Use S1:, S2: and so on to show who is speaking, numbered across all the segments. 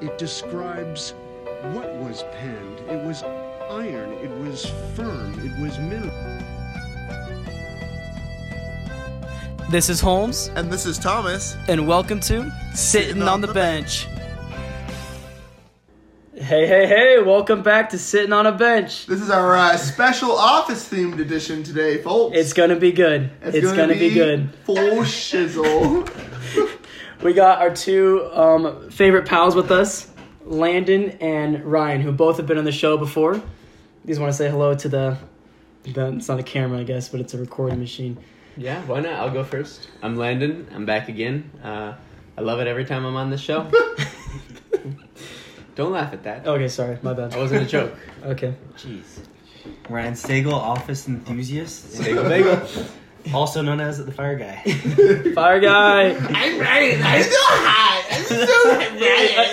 S1: It describes what was penned. It was iron, it was firm, it was mineral.
S2: This is Holmes,
S3: And this is Thomas.
S2: and welcome to Sitting on
S3: on
S2: the
S3: the
S2: Bench. Hey, hey, hey, welcome back to Sitting on a Bench.
S3: This is our uh, special office themed edition today, folks.
S2: It's gonna be good. It's, gonna, be, good.
S3: Full shizzle.
S2: We got our two um, favorite pals with us, Landon and Ryan, who both have been on the show before. You just want to say hello to the, the. It's not a camera, I guess, but it's a recording machine.
S4: Yeah, why not? I'll go first. I'm Landon. I'm back again. Uh, I love it every time I'm on this show. Don't laugh at that.
S2: Okay, sorry, my
S4: That
S2: bad.
S4: wasn't a joke.
S2: Okay.
S4: Jeez.
S5: Ryan Stagel, office enthusiast,
S4: Bagel, bagel.
S5: also known as the fire guy.
S2: Fire guy!
S3: I'm right. I'm so hot. I'm so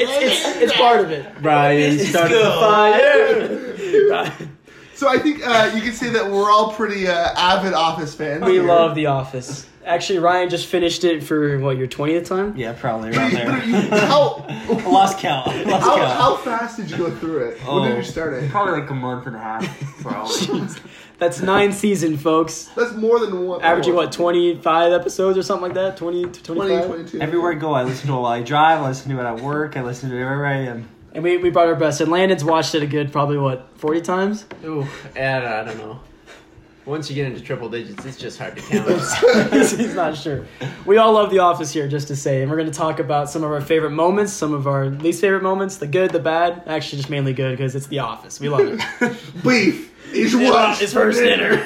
S2: it's, it's, it's part of it.
S4: Brian started the
S5: good.
S4: fire.
S3: So I think uh, you can say that we're all pretty uh, avid office fans.
S2: We
S3: here.
S2: love The Office. Actually, Ryan just finished it for what your twentieth time.
S5: Yeah, probably around there.
S3: how,
S5: Lost count. Lost
S3: how,
S5: count.
S3: how fast did you go through it? When did
S5: Oh.
S3: you start it?
S5: Probably like a month and a half. Probably.
S2: That's nine season, folks.
S3: That's more than one.
S2: Averaging what twenty five episodes or something like that. 20 to
S3: 20,
S2: 25?
S3: 22.
S5: Everywhere I go, I listen to it while I drive. I listen to it at work. I listen to it wherever I am.
S2: And we, we brought our best. And Landon's watched it a good probably what forty times.
S4: Ooh, and I don't know. Once you get into triple digits, it's just hard to count.
S2: he's, he's not sure. We all love The Office here, just to say, and we're going to talk about some of our favorite moments, some of our least favorite moments, the good, the bad. Actually, just mainly good because it's The Office. We love it.
S3: Beef is
S2: It's
S3: what
S2: his first dinner.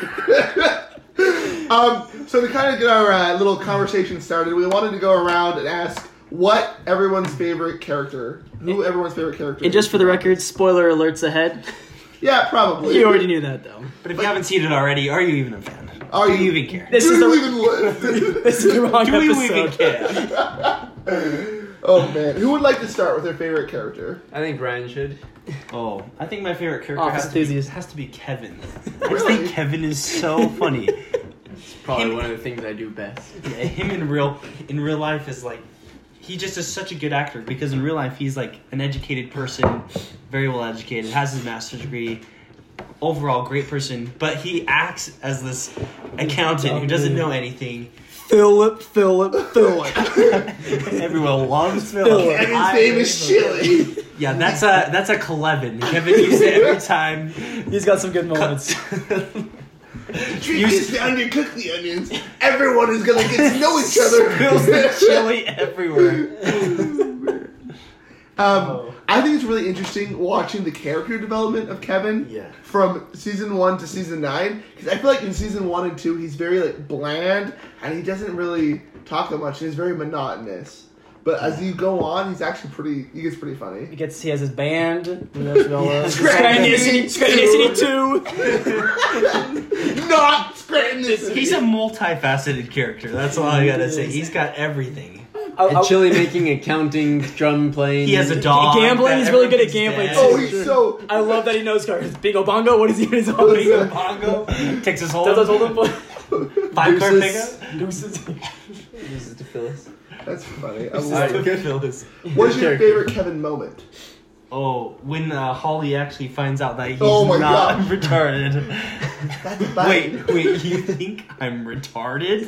S3: Um, so to kind of get our uh, little conversation started, we wanted to go around and ask what everyone's favorite character, who everyone's favorite character.
S2: And just for the record, spoiler alerts ahead.
S3: is. yeah, probably.
S2: You already knew that though.
S5: But if you haven't seen it already, are you even a fan?
S3: Are
S5: do
S3: you-
S5: you even care?
S2: This
S3: Do
S2: is
S3: you
S2: the
S3: even li-
S2: this is the wrong
S5: do you even
S2: episode.
S5: care?
S3: oh man, who would like to start with their favorite character?
S4: I think Brian should.
S5: Oh, I think my favorite character
S2: Office
S5: has to, be,
S2: enthusiast.
S5: has to be Kevin. I just think Kevin is so funny.
S4: Probably
S5: Him-
S4: one of the things I do best.
S5: Yeah, him in real in real life is like he just is such a good actor because in real life he's like an educated person, very well educated, has his master's degree, overall great person, but he acts as this accountant who doesn't know anything.
S2: Philip, Philip, Philip.
S5: Everyone loves
S2: Philip.
S5: Philip.
S3: And his name is Chili.
S5: Yeah, that's a that's a Clevin. Kevin used it every time.
S2: He's got some good moments.
S3: Treat this down to cook the onions. Everyone is gonna get to know each
S5: Spills the
S3: other.
S5: chili everywhere.
S3: um, I think it's really interesting watching the character development of Kevin.
S4: Yeah.
S3: From season one to season nine, because I feel like in season one and two he's very like bland and he doesn't really talk that much. and He's very monotonous. But as you go on, he's actually pretty. He gets pretty funny.
S2: He gets he has his band. Who knows, we all love.
S3: Scranton
S2: Scranton Two.
S3: Not Scranton this.
S5: He's a multifaceted character. That's all I gotta say. He's got everything.
S2: I- I-
S4: And chili making, accounting, drum playing.
S5: He has a dog.
S2: Gambling,
S5: that
S2: he's really good at
S5: everything's
S2: gambling,
S5: dead.
S3: Oh, he's so.
S2: I love that he knows cards. Bingo bongo. What is Oh, he in his own?
S3: Bingo
S2: Bingo.
S5: Bongo, Texas
S2: Does
S5: Hold'em,
S2: hold him?
S5: five card
S4: Deuces.
S5: pickup.
S2: Deuces.
S4: Uses to fill us.
S3: That's funny. I
S4: Alright.
S3: love it.
S5: Goodfellas.
S3: What's your
S4: Character.
S3: favorite Kevin moment?
S5: Oh, when uh, Holly actually finds out that he's
S3: Oh my
S5: not
S3: God.
S5: retarded.
S3: That's fine.
S5: wait, wait, you think I'm retarded?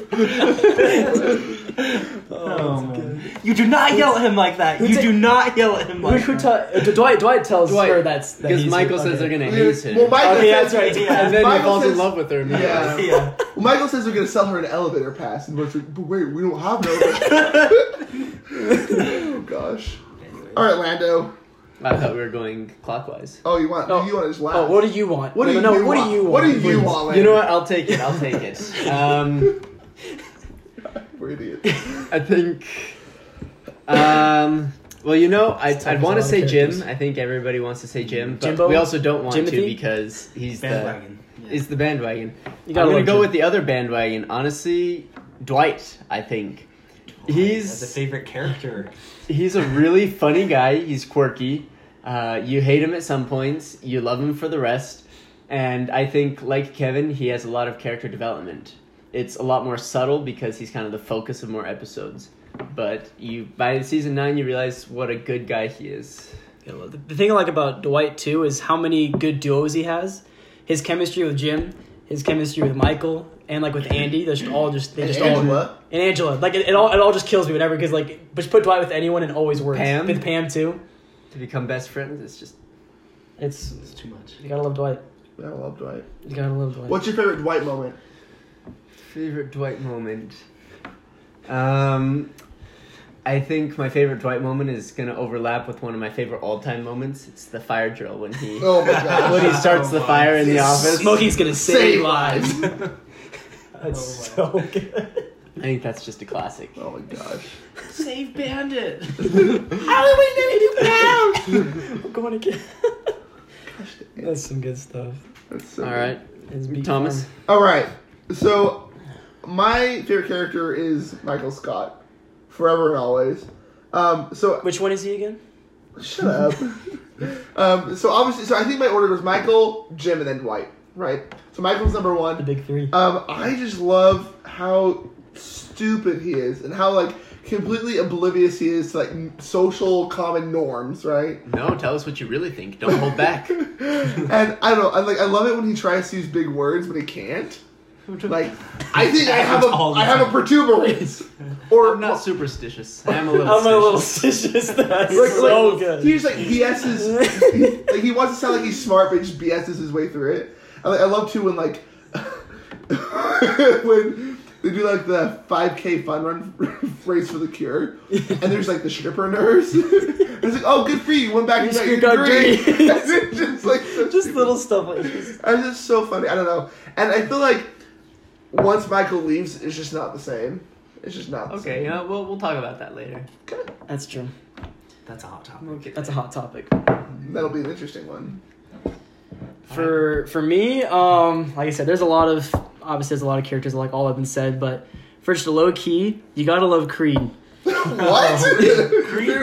S5: oh, man. You do not yell at him like that. You
S2: ta-
S5: do not yell at him
S2: Who,
S5: like
S2: who
S5: that.
S2: ta- uh, Dwight Dwight tells
S4: Dwight,
S2: her that's that
S4: Because
S2: he's-
S4: Michael
S2: okay.
S4: says they're gonna haze him.
S3: Well, Michael
S2: Okay,
S3: says,
S2: that's right.
S5: Yeah.
S4: and then he
S3: Michael
S4: falls
S3: says-
S4: in love with her. immediately.
S3: Yeah.
S5: yeah.
S3: Michael says they're gonna sell her an elevator pass, and we're like, but wait, we don't have an elevator. oh gosh. All right, Lando.
S4: I thought we were going clockwise.
S3: Oh, you want?
S2: Oh.
S3: You want to just laugh?
S2: Oh, what do you want?
S3: What do
S2: no,
S3: you
S2: no, no, what
S3: want?
S2: do you want?
S3: What do you
S2: please?
S3: want? Lando?
S4: You know what? I'll take it. I'll take it. Um,
S3: We're idiots.
S4: I think. Um, well, you know, I, I'd
S2: about
S4: want
S2: a
S4: to say
S2: lot of
S4: Jim.
S2: characters.
S4: I think everybody wants to say Jim, but
S2: Jimbo?
S4: we also don't want to
S2: Jimothy?
S4: because he's
S5: Bandwagon.
S4: the is the bandwagon.
S2: You gotta
S4: I'm gonna
S2: love
S4: go
S2: Jim.
S4: with the other bandwagon. Honestly, Dwight. I think
S5: As a
S4: he's
S5: favorite character.
S4: he's a really funny guy. He's quirky. Uh, you hate him at some points. You love him for the rest. And I think, like Kevin, he has a lot of character development. It's a lot more subtle because he's kind of the focus of more episodes. But you by season nine, you realize what a good guy he is.
S2: Yeah, well, the- the thing I like about Dwight too is how many good duos he has. His chemistry with Jim, his chemistry with Michael, and like with Andy, they're just all just they
S3: And
S2: just all
S3: Angela.
S2: and Angela. Like it, it all it all just kills me whenever because like but you put Dwight with anyone and it always works.
S4: Pam?
S2: with Pam too.
S4: To become best friends, it's just
S2: It's
S5: It's too much.
S2: you gotta love Dwight.
S3: I love Dwight.
S2: You gotta love Dwight.
S3: What's your favorite Dwight moment?
S4: favorite Dwight moment. Um, I think my favorite Dwight moment is gonna overlap with one of my favorite all-time moments. It's the fire drill when he
S3: Oh my god.
S4: when he starts the fire in the office.
S2: Smokey's gonna save,
S3: Save
S2: lives.
S3: lives.
S2: That's
S5: Oh,
S2: so good.
S4: I think that's just a classic.
S3: Oh my gosh.
S5: Save Bandit.
S2: I'm going again. That's some good stuff.
S3: That's so
S4: All
S3: good.
S4: right,
S2: It's beat
S4: Thomas.
S2: farm.
S3: All right. So, my favorite character is Michael Scott, forever and always. Um, so
S2: Which one is he again?
S3: shut up. um, so obviously, so I think my order was Michael, Jim, and then Dwight. Right. So Michael's number
S2: The
S3: one.
S2: big three.
S3: Um, I just love how stupid he is and how like completely oblivious he is to like n- social common norms. Right.
S4: No, tell us what you really think. Don't hold back.
S3: and I don't know. I like. I love it when he tries to use big words, but he can't. Like, I think I have a
S5: All the
S3: I have a
S5: time.
S3: protuberance, or
S4: I'm not superstitious. I'm a
S2: I'm
S4: little.
S2: a Oh, little
S4: stitious.
S2: suspicious. That's
S3: like,
S2: so
S3: like,
S2: good.
S3: He just like BS's. he, like he wants to sound like he's smart, but he just BS's his way through it. I, like, I love too when like when they do like the 5K fun run race for the cure, and there's like the stripper nurse. and it's like, oh, good for you, you went back and got your
S2: You got
S3: degree.
S2: green.
S3: And it's just like so
S2: just
S3: stupid.
S2: little stuff like this.
S3: It's just so funny. I don't know. And I feel like once Michael leaves, it's just not the same. It's just not the
S4: Okay, yeah, we'll we'll talk about that later.
S3: same.
S2: That's true.
S5: That's a hot topic.
S4: We'll get
S2: That's a hot topic.
S3: That'll be an interesting one.
S2: For for me, um, like I said, there's a lot of obviously there's a lot of characters like all have been said, but first low key, you gotta love Creed.
S3: what? There's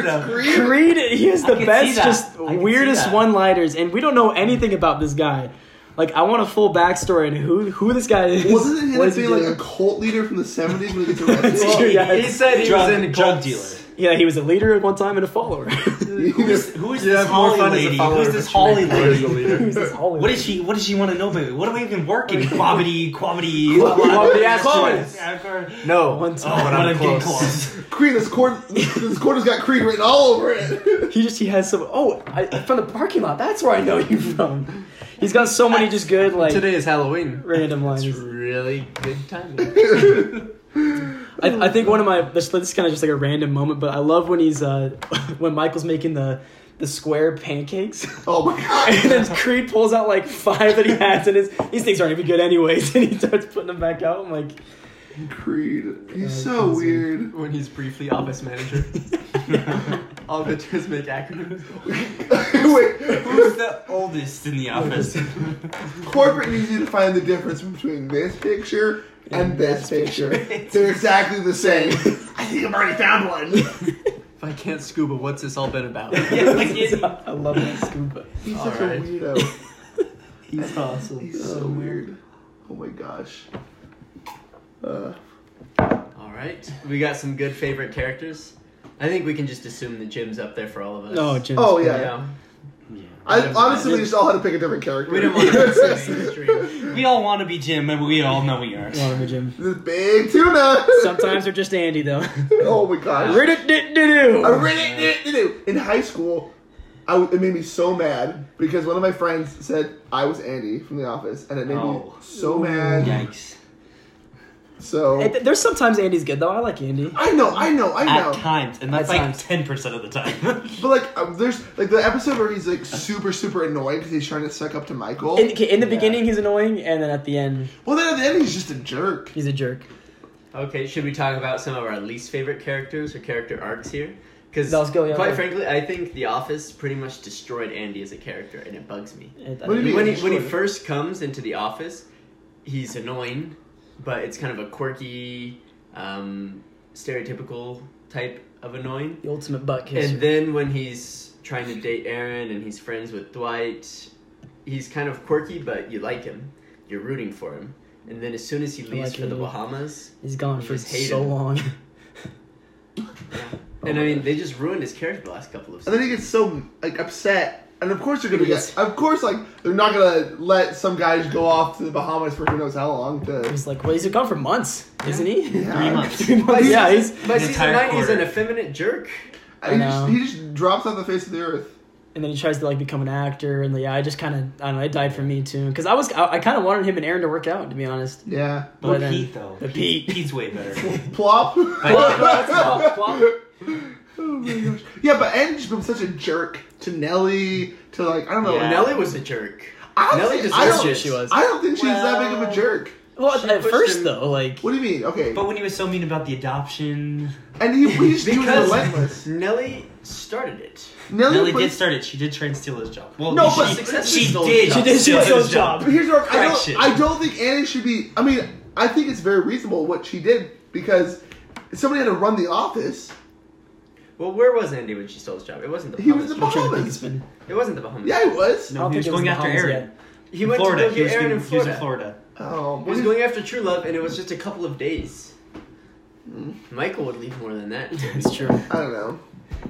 S5: though.
S3: Creed?
S2: Creed, he is the
S5: can see
S2: best,
S5: that.
S2: just
S5: I can see
S2: weirdest
S5: that.
S2: one liners, and we don't know anything about this guy. Like I want a full backstory and who who this guy is.
S3: Wasn't it him
S2: what does he
S3: being like
S2: do?
S3: a cult leader from the 70s when he gets arrested?
S2: Well,
S5: Well,
S2: yeah,
S5: he-
S4: He said he
S5: drug,
S4: was in
S5: drug
S4: cults.
S5: dealer.
S2: yeah, he was a leader at one time and a follower. Who's
S5: Who is, who is
S4: You
S5: this
S4: have more
S5: Holly
S4: fun as a
S5: lady?
S4: follower
S5: Who is
S4: of
S5: this
S4: a
S5: Holly
S4: Jamaican
S5: lady?
S2: this Hollywood?
S5: What does she? What does she want to know? About? What do we even work in? Quabity, quabity,
S4: Quabbity
S2: Oh!
S4: asteroids.
S5: asteroids.
S4: No,
S2: One time.
S5: Oh, but I'm getting
S4: close.
S5: close.
S3: Creed, this cord, this cord has got Creed written all over it.
S2: He just he has some. Oh, I, from the parking lot. That's where I know you from. He's got so many just good like
S4: Today is Halloween.
S2: random lines.
S4: It's really good timing.
S2: I, I think one of my this, this is kind of just like a random moment, but I love when he's uh when Michael's making the the square pancakes.
S3: Oh my
S2: And
S3: god.
S2: then Creed pulls out like five that he has in his. These things aren't even good, anyways. And he starts putting them back out. I'm like,
S3: Creed. He's
S2: Uh,
S3: so
S2: crazy.
S3: weird.
S4: when he's briefly office manager. All bitches make acronyms.
S3: Wait,
S5: Who's the oldest in the office?
S3: corporate needs you to find the difference between this picture and this picture. They're exactly the same. I think I've already found one.
S4: If I can't scuba, what's this all been about?
S5: yeah, like it,
S2: I love that scuba.
S3: He's
S4: All
S3: such
S4: right.
S3: a weirdo.
S2: He's awesome.
S3: He's so weird. Oh my gosh. Uh,
S4: All right, we got some good favorite characters. I think we can just assume that Jim's up there for all of us.
S2: No, Jim's
S3: Oh,
S2: great.
S3: yeah.
S4: Yeah.
S3: I honestly we just all had to pick a different character.
S4: We didn't want to assume he's dream.
S5: we all want to be Jim, and we all know we are.
S2: I love him, Jim.
S3: this big tuna.
S2: Sometimes they're just Andy though.
S3: oh my gosh. I
S2: Rid-a-dit-doo.
S3: really did- did do. In high school, I w it made me so mad because one of my friends said I was Andy from The Office, and it made me
S5: Oh.
S3: so mad.
S5: Yikes.
S3: So
S2: And th- There's sometimes Andy's good though. I like Andy.
S3: I know, I know, I
S5: At
S3: know.
S5: times, and that's
S2: At
S5: like
S2: times.
S5: ten percent of the time.
S3: But like, um, there's like the episode where he's like super, super annoyed because he's trying to suck up to Michael.
S2: In, okay, in the beginning, he's annoying, and then at the end,
S3: well, then at the end, he's just a jerk.
S2: he's a jerk.
S4: Okay, should we talk about some of our least favorite characters or character arcs here? Because
S2: Let's go, yeah.
S4: quite frankly, I think The Office pretty much destroyed Andy as a character, and it bugs me.
S2: It-
S3: What do you mean?
S4: when he when he
S3: Sure.
S4: first comes into the office, he's annoying, but it's kind of a quirky, um, stereotypical type of annoying.
S2: The ultimate butt
S4: And
S2: kisser.
S4: then when he's trying to date Aaron and he's friends with Dwight, he's kind of quirky, but you like him. You're rooting for him. And then as soon as he leaves
S2: like
S4: for the
S2: Andy.
S4: Bahamas,
S2: He's gone for
S4: Just hate
S2: so
S4: him.
S2: long. Oh
S4: And I mean, they just ruined his character the last couple of
S3: And then he
S4: seasons.
S3: gets so like upset. And of course they're gonna
S4: He
S3: get.
S4: gets-
S3: Of course, like they're not gonna let some guys go off to the Bahamas for who knows how long. To,
S2: He's like, well, he's gone for months, isn't he?
S5: Three months.
S2: Three months. Yeah, he's.
S4: by
S5: An
S4: season
S5: entire
S4: nine, he's an
S5: quarter.
S4: effeminate jerk.
S3: and he,
S2: I
S3: just,
S2: know.
S3: he just drops off the face of the earth.
S2: And then he tries to like become an actor, and like, yeah, I just kind of, I don't know, it died for me too, because I was, I, I kind of wanted him and Aaron to work out, to be honest.
S3: Yeah.
S5: But
S2: then-
S5: Pete though,
S2: but
S5: Pete,
S2: Pete-
S5: Pete's way better.
S3: Plop.
S2: Plop, plop.
S3: yeah, but Ed just been such a jerk to Nelly. To like I don't know.
S5: Yeah.
S4: Nelly was a jerk.
S3: I don't
S4: Nelly
S3: think-
S4: just
S3: I
S4: was
S3: don't-
S4: shit she was.
S3: I don't think she's that big of a
S4: Well-
S3: jerk.
S2: Well,
S4: She
S2: at
S4: pushed
S2: first
S4: him-
S2: though, like,
S3: What do you mean? Okay.
S5: but when he was so mean about the adoption,
S3: and he, he, just, he was
S4: Because-
S3: relentless.
S4: Nelly started it.
S3: Nelly,
S5: Nelly
S3: put-
S5: did start it. She did try and steal his job. Well,
S3: No,
S5: she,
S3: but
S4: successfully
S5: she,
S4: stole his
S5: did.
S4: job. She
S2: did steal his job.
S3: But here's what I
S5: Crack
S3: don't,
S5: shit.
S3: I don't think Annie should be. I mean, I think it's very reasonable what she did because somebody had to run the office.
S4: Well, where was Andy when she stole his job? It wasn't the
S3: He was
S4: Bahamas.
S3: the
S2: I'm trying to think it's
S3: Bahamas.
S2: been.
S4: it wasn't the Bahamas.
S3: Yeah, he was.
S5: No,
S2: don't
S5: he
S2: think
S5: was
S2: it was
S5: going
S2: in
S5: after
S2: Bahamas
S5: Aaron.
S4: he
S5: In
S4: went
S5: Florida.
S4: to go
S5: He
S4: get
S5: was
S4: Aaron
S5: in-
S4: in
S5: he was
S4: Florida.
S5: in Florida.
S3: Oh,
S4: He was going after True Love, and it was just a couple of days.
S3: Mm.
S4: Michael would leave more than that.
S2: It's true.
S3: I don't know.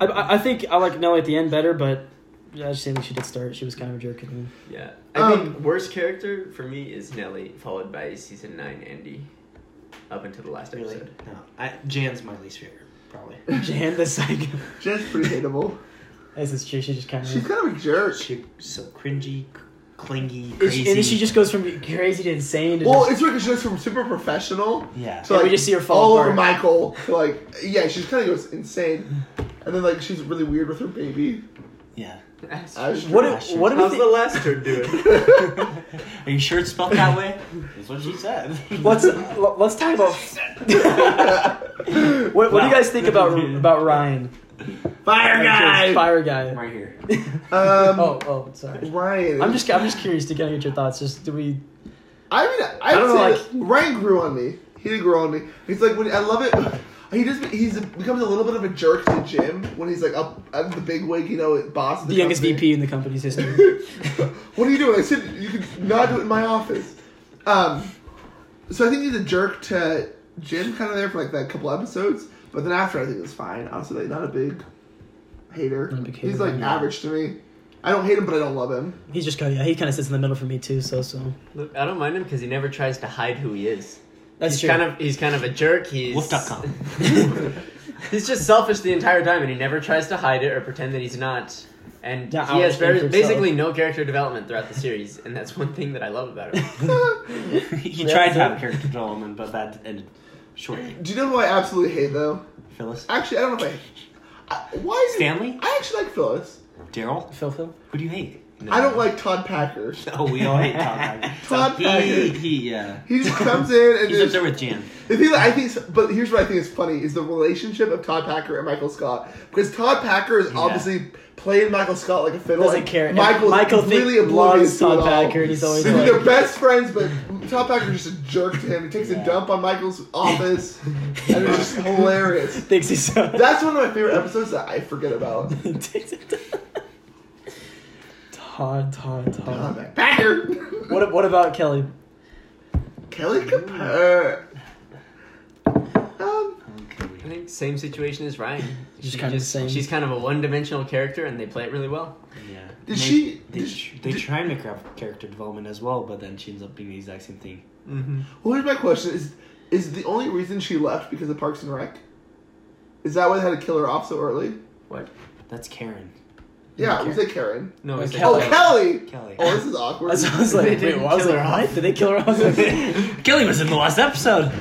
S2: I, I I think I like Nelly at the end better, but yeah, I just think she did start. She was kind of a jerk. at the end.
S4: Yeah, I think
S3: Um,
S4: worst character for me is Nelly, followed by season nine Andy, up until the last
S5: Really?
S4: episode.
S5: No, I, Jan's my least favorite, probably.
S2: Jan, the psycho.
S3: Jen's pretty hateable.
S2: This is true. She just kind
S3: She's
S2: of.
S3: kind of a jerk.
S5: She's so cringy, c- clingy,
S2: And
S5: crazy.
S2: she, and she just goes from crazy to insane. To
S3: Well,
S2: just,
S3: it's because she goes from super professional
S5: yeah.
S3: to
S2: Yeah,
S3: like
S2: we just see her fall
S3: all over
S2: apart.
S3: Michael. To like, yeah, she kind of goes insane, and then like she's really weird with her baby.
S5: yeah.
S3: I was-
S2: what do, what do we
S4: How's
S2: thi-
S4: the last turd doing?
S5: Are you sure it's spelled that way? That's what she said.
S2: Let's let's talk about. what, what do you guys think about about Ryan?
S3: Fire guy.
S2: Fire guy.
S5: right here.
S3: Um,
S2: Oh, oh, sorry.
S3: Ryan.
S2: I'm just I'm just curious to kind of get your thoughts. Just do we?
S3: I mean, I,
S2: don't
S3: would
S2: know,
S3: say that Ryan grew on me. He did grow on me. He's like, when I love it. He just he's becomes a little bit of a jerk to Jim when he's like up at the big wig, you know, boss. Of
S2: The
S3: the
S2: youngest
S3: company.
S2: VP in the company's history.
S3: what are you doing? I said you could not do it in my office. Um, so I think he's a jerk to Jim, kind of there for like that couple episodes, but then after I think it's fine. Honestly, like not a big hater.
S2: Not a big
S3: he's
S2: hater,
S3: like
S2: yeah.
S3: average to me. I don't hate him, but I don't love him.
S2: He's just kind of yeah. He kind of sits in the middle for me too. So so.
S4: Look, I don't mind him because he never tries to hide who he is.
S2: That's
S4: he's
S2: true.
S4: kind of he's kind of a jerk. He's
S5: Wolf.com.
S4: he's just selfish the entire time, and he never tries to hide it or pretend that he's not. And
S2: Yeah,
S4: he
S2: out
S4: has
S2: in for
S4: very,
S2: himself.
S4: basically no character development throughout the series, and that's one thing that I love about him.
S5: he tried to have character development, but that ended shortly.
S3: Do you know who I absolutely hate though?
S5: Phyllis,
S3: Actually, I don't know if I. I why is it-
S5: Stanley?
S3: I actually like Phyllis.
S5: Daryl,
S2: Phil Phil.
S5: who do you hate?
S3: I don't like Todd Packer.
S5: Oh, we all hate Todd Packer.
S3: Todd
S5: He,
S3: Packer.
S5: he, yeah.
S3: He just comes in and
S5: He's up
S3: just,
S5: there with Jan.
S3: the thing that I think. is- But here's what I think is funny is the relationship of Todd Packer and Michael Scott because Todd Packer is obviously playing Michael Scott like a fiddle.
S2: Doesn't
S3: and
S2: care. And
S3: Michael's
S2: Michael think-
S3: completely oblivious
S2: loves
S3: to
S2: Todd
S3: it all.
S2: Packer, and he's always
S3: They're
S2: like-
S3: they're best friends, but Todd Packer's just a jerk to him. He takes a dump on Michael's office, and it's just hilarious.
S2: Thinks he's so.
S3: That's one of my favorite episodes that I forget about.
S2: Todd, Todd, Todd.
S3: Todd Packer.
S2: What what about Kelly?
S3: Kelly Kapur. Um,
S4: I think same situation as Ryan.
S2: Just
S4: She
S2: kind of the same.
S4: She's kind of a one-dimensional character, and they play it really well.
S5: Yeah.
S3: Did
S5: And
S3: she-
S5: They,
S3: did
S5: they,
S3: she-
S5: they
S3: did-
S5: try and make her have character development as well, but then she ends up being the exact same thing.
S2: Mm-hmm.
S3: well, here's my question: Is is the only reason she left because of Parks and Rec? Is that why they had to kill her off so early?
S4: What?
S5: That's Karen.
S3: Yeah, it was like Karen.
S4: No,
S2: Or
S4: it's
S2: Kelly.
S3: Oh, Kelly.
S5: Kelly.
S3: Oh, this is awkward.
S2: I was, I was like,
S4: They
S2: wait,
S4: didn't
S2: what? I was
S4: kill
S2: like,
S4: her
S2: what? Did they kill her? I was like,
S5: Kelly was in the last episode.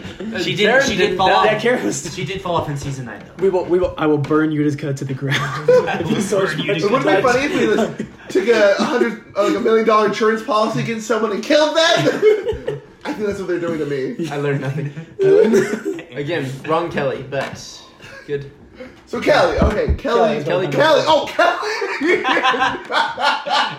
S5: She did.
S4: Karen
S5: she
S4: didn't
S5: did fall
S4: die.
S2: that
S5: off.
S2: Karen was.
S5: She did fall off in season nine, though.
S2: We will, we will, I will burn Utica to the ground. It'd be so
S5: burn
S2: much
S5: Utica.
S3: it wouldn't
S2: fun.
S3: be funny if we just took a hundred, uh, like a million dollar insurance policy against someone and killed them. I think that's what they're doing to me.
S4: I learned nothing. Again, wrong Kelly, but good.
S3: So Kelly, okay, Kelly,
S2: Kelly, Kelly.
S3: Kelly, Kelly. Oh, Kelly.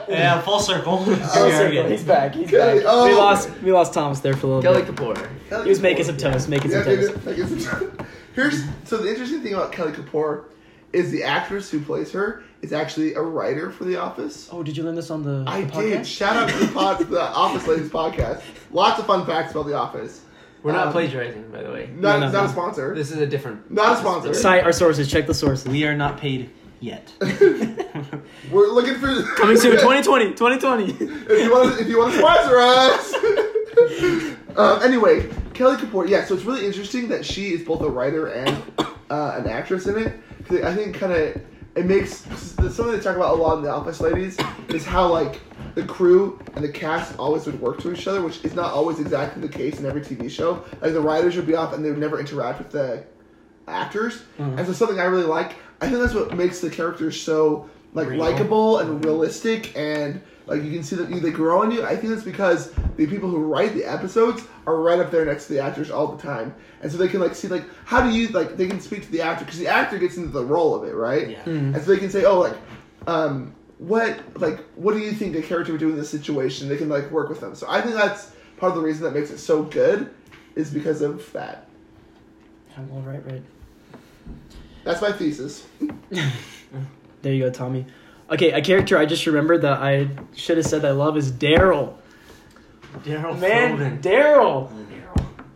S5: Yeah, full circle.
S2: Oh, circle. He's back. He's back.
S3: Kelly,
S2: We
S3: oh.
S2: lost. We lost Thomas there for a little
S4: Kelly
S2: bit.
S4: Kapoor.
S2: He was making some toast. Making some
S3: Yeah, dude,
S2: toast.
S3: it- like, it's- here's so the interesting thing about Kelly Kapoor is the actress who plays her is actually a writer for The Office.
S2: Oh, did you learn this on the?
S3: I
S2: the
S3: did.
S2: podcast?
S3: Shout out to the, pod, the Office Ladies podcast. Lots of fun facts about The Office.
S4: We're not
S3: Um,
S4: plagiarizing, by the way.
S3: Not,
S2: No, no, no.
S3: not a sponsor.
S4: This is a different.
S3: not a sponsor.
S2: Cite our sources. Check the sources.
S5: We are not paid yet.
S3: We're looking for
S2: Coming soon, 2020, 2020.
S3: if you want, to, if you want to sponsor us. um, anyway, Kelly Kapoor. Yeah, so it's really interesting that she is both a writer and uh, an actress in it. 'Cause I think kind of it makes 'cause the- something they talk about a lot in The Office Ladies is how like the crew and the cast always would work to each other, which is not always exactly the case in every TV show. Like the writers would be off and they would never interact with the actors, and so something I really like. I think that's what makes the characters so like likable and realistic, and like you can see that they grow on you. I think that's because the people who write the episodes are right up there next to the actors all the time, and so they can like see like how do you like they can speak to the actor because the actor gets into the role of it, right?
S5: Yeah.
S3: And so they can say, oh, like, um, what like what do you think the character would do in this situation? They can like work with them. So I think that's part of the reason that makes it so good is because of that.
S2: All right, right.
S3: That's my thesis.
S2: There you go, Tommy. Okay, a character I just remembered that I should have said I love is Daryl.
S4: Daryl
S2: Man, Daryl.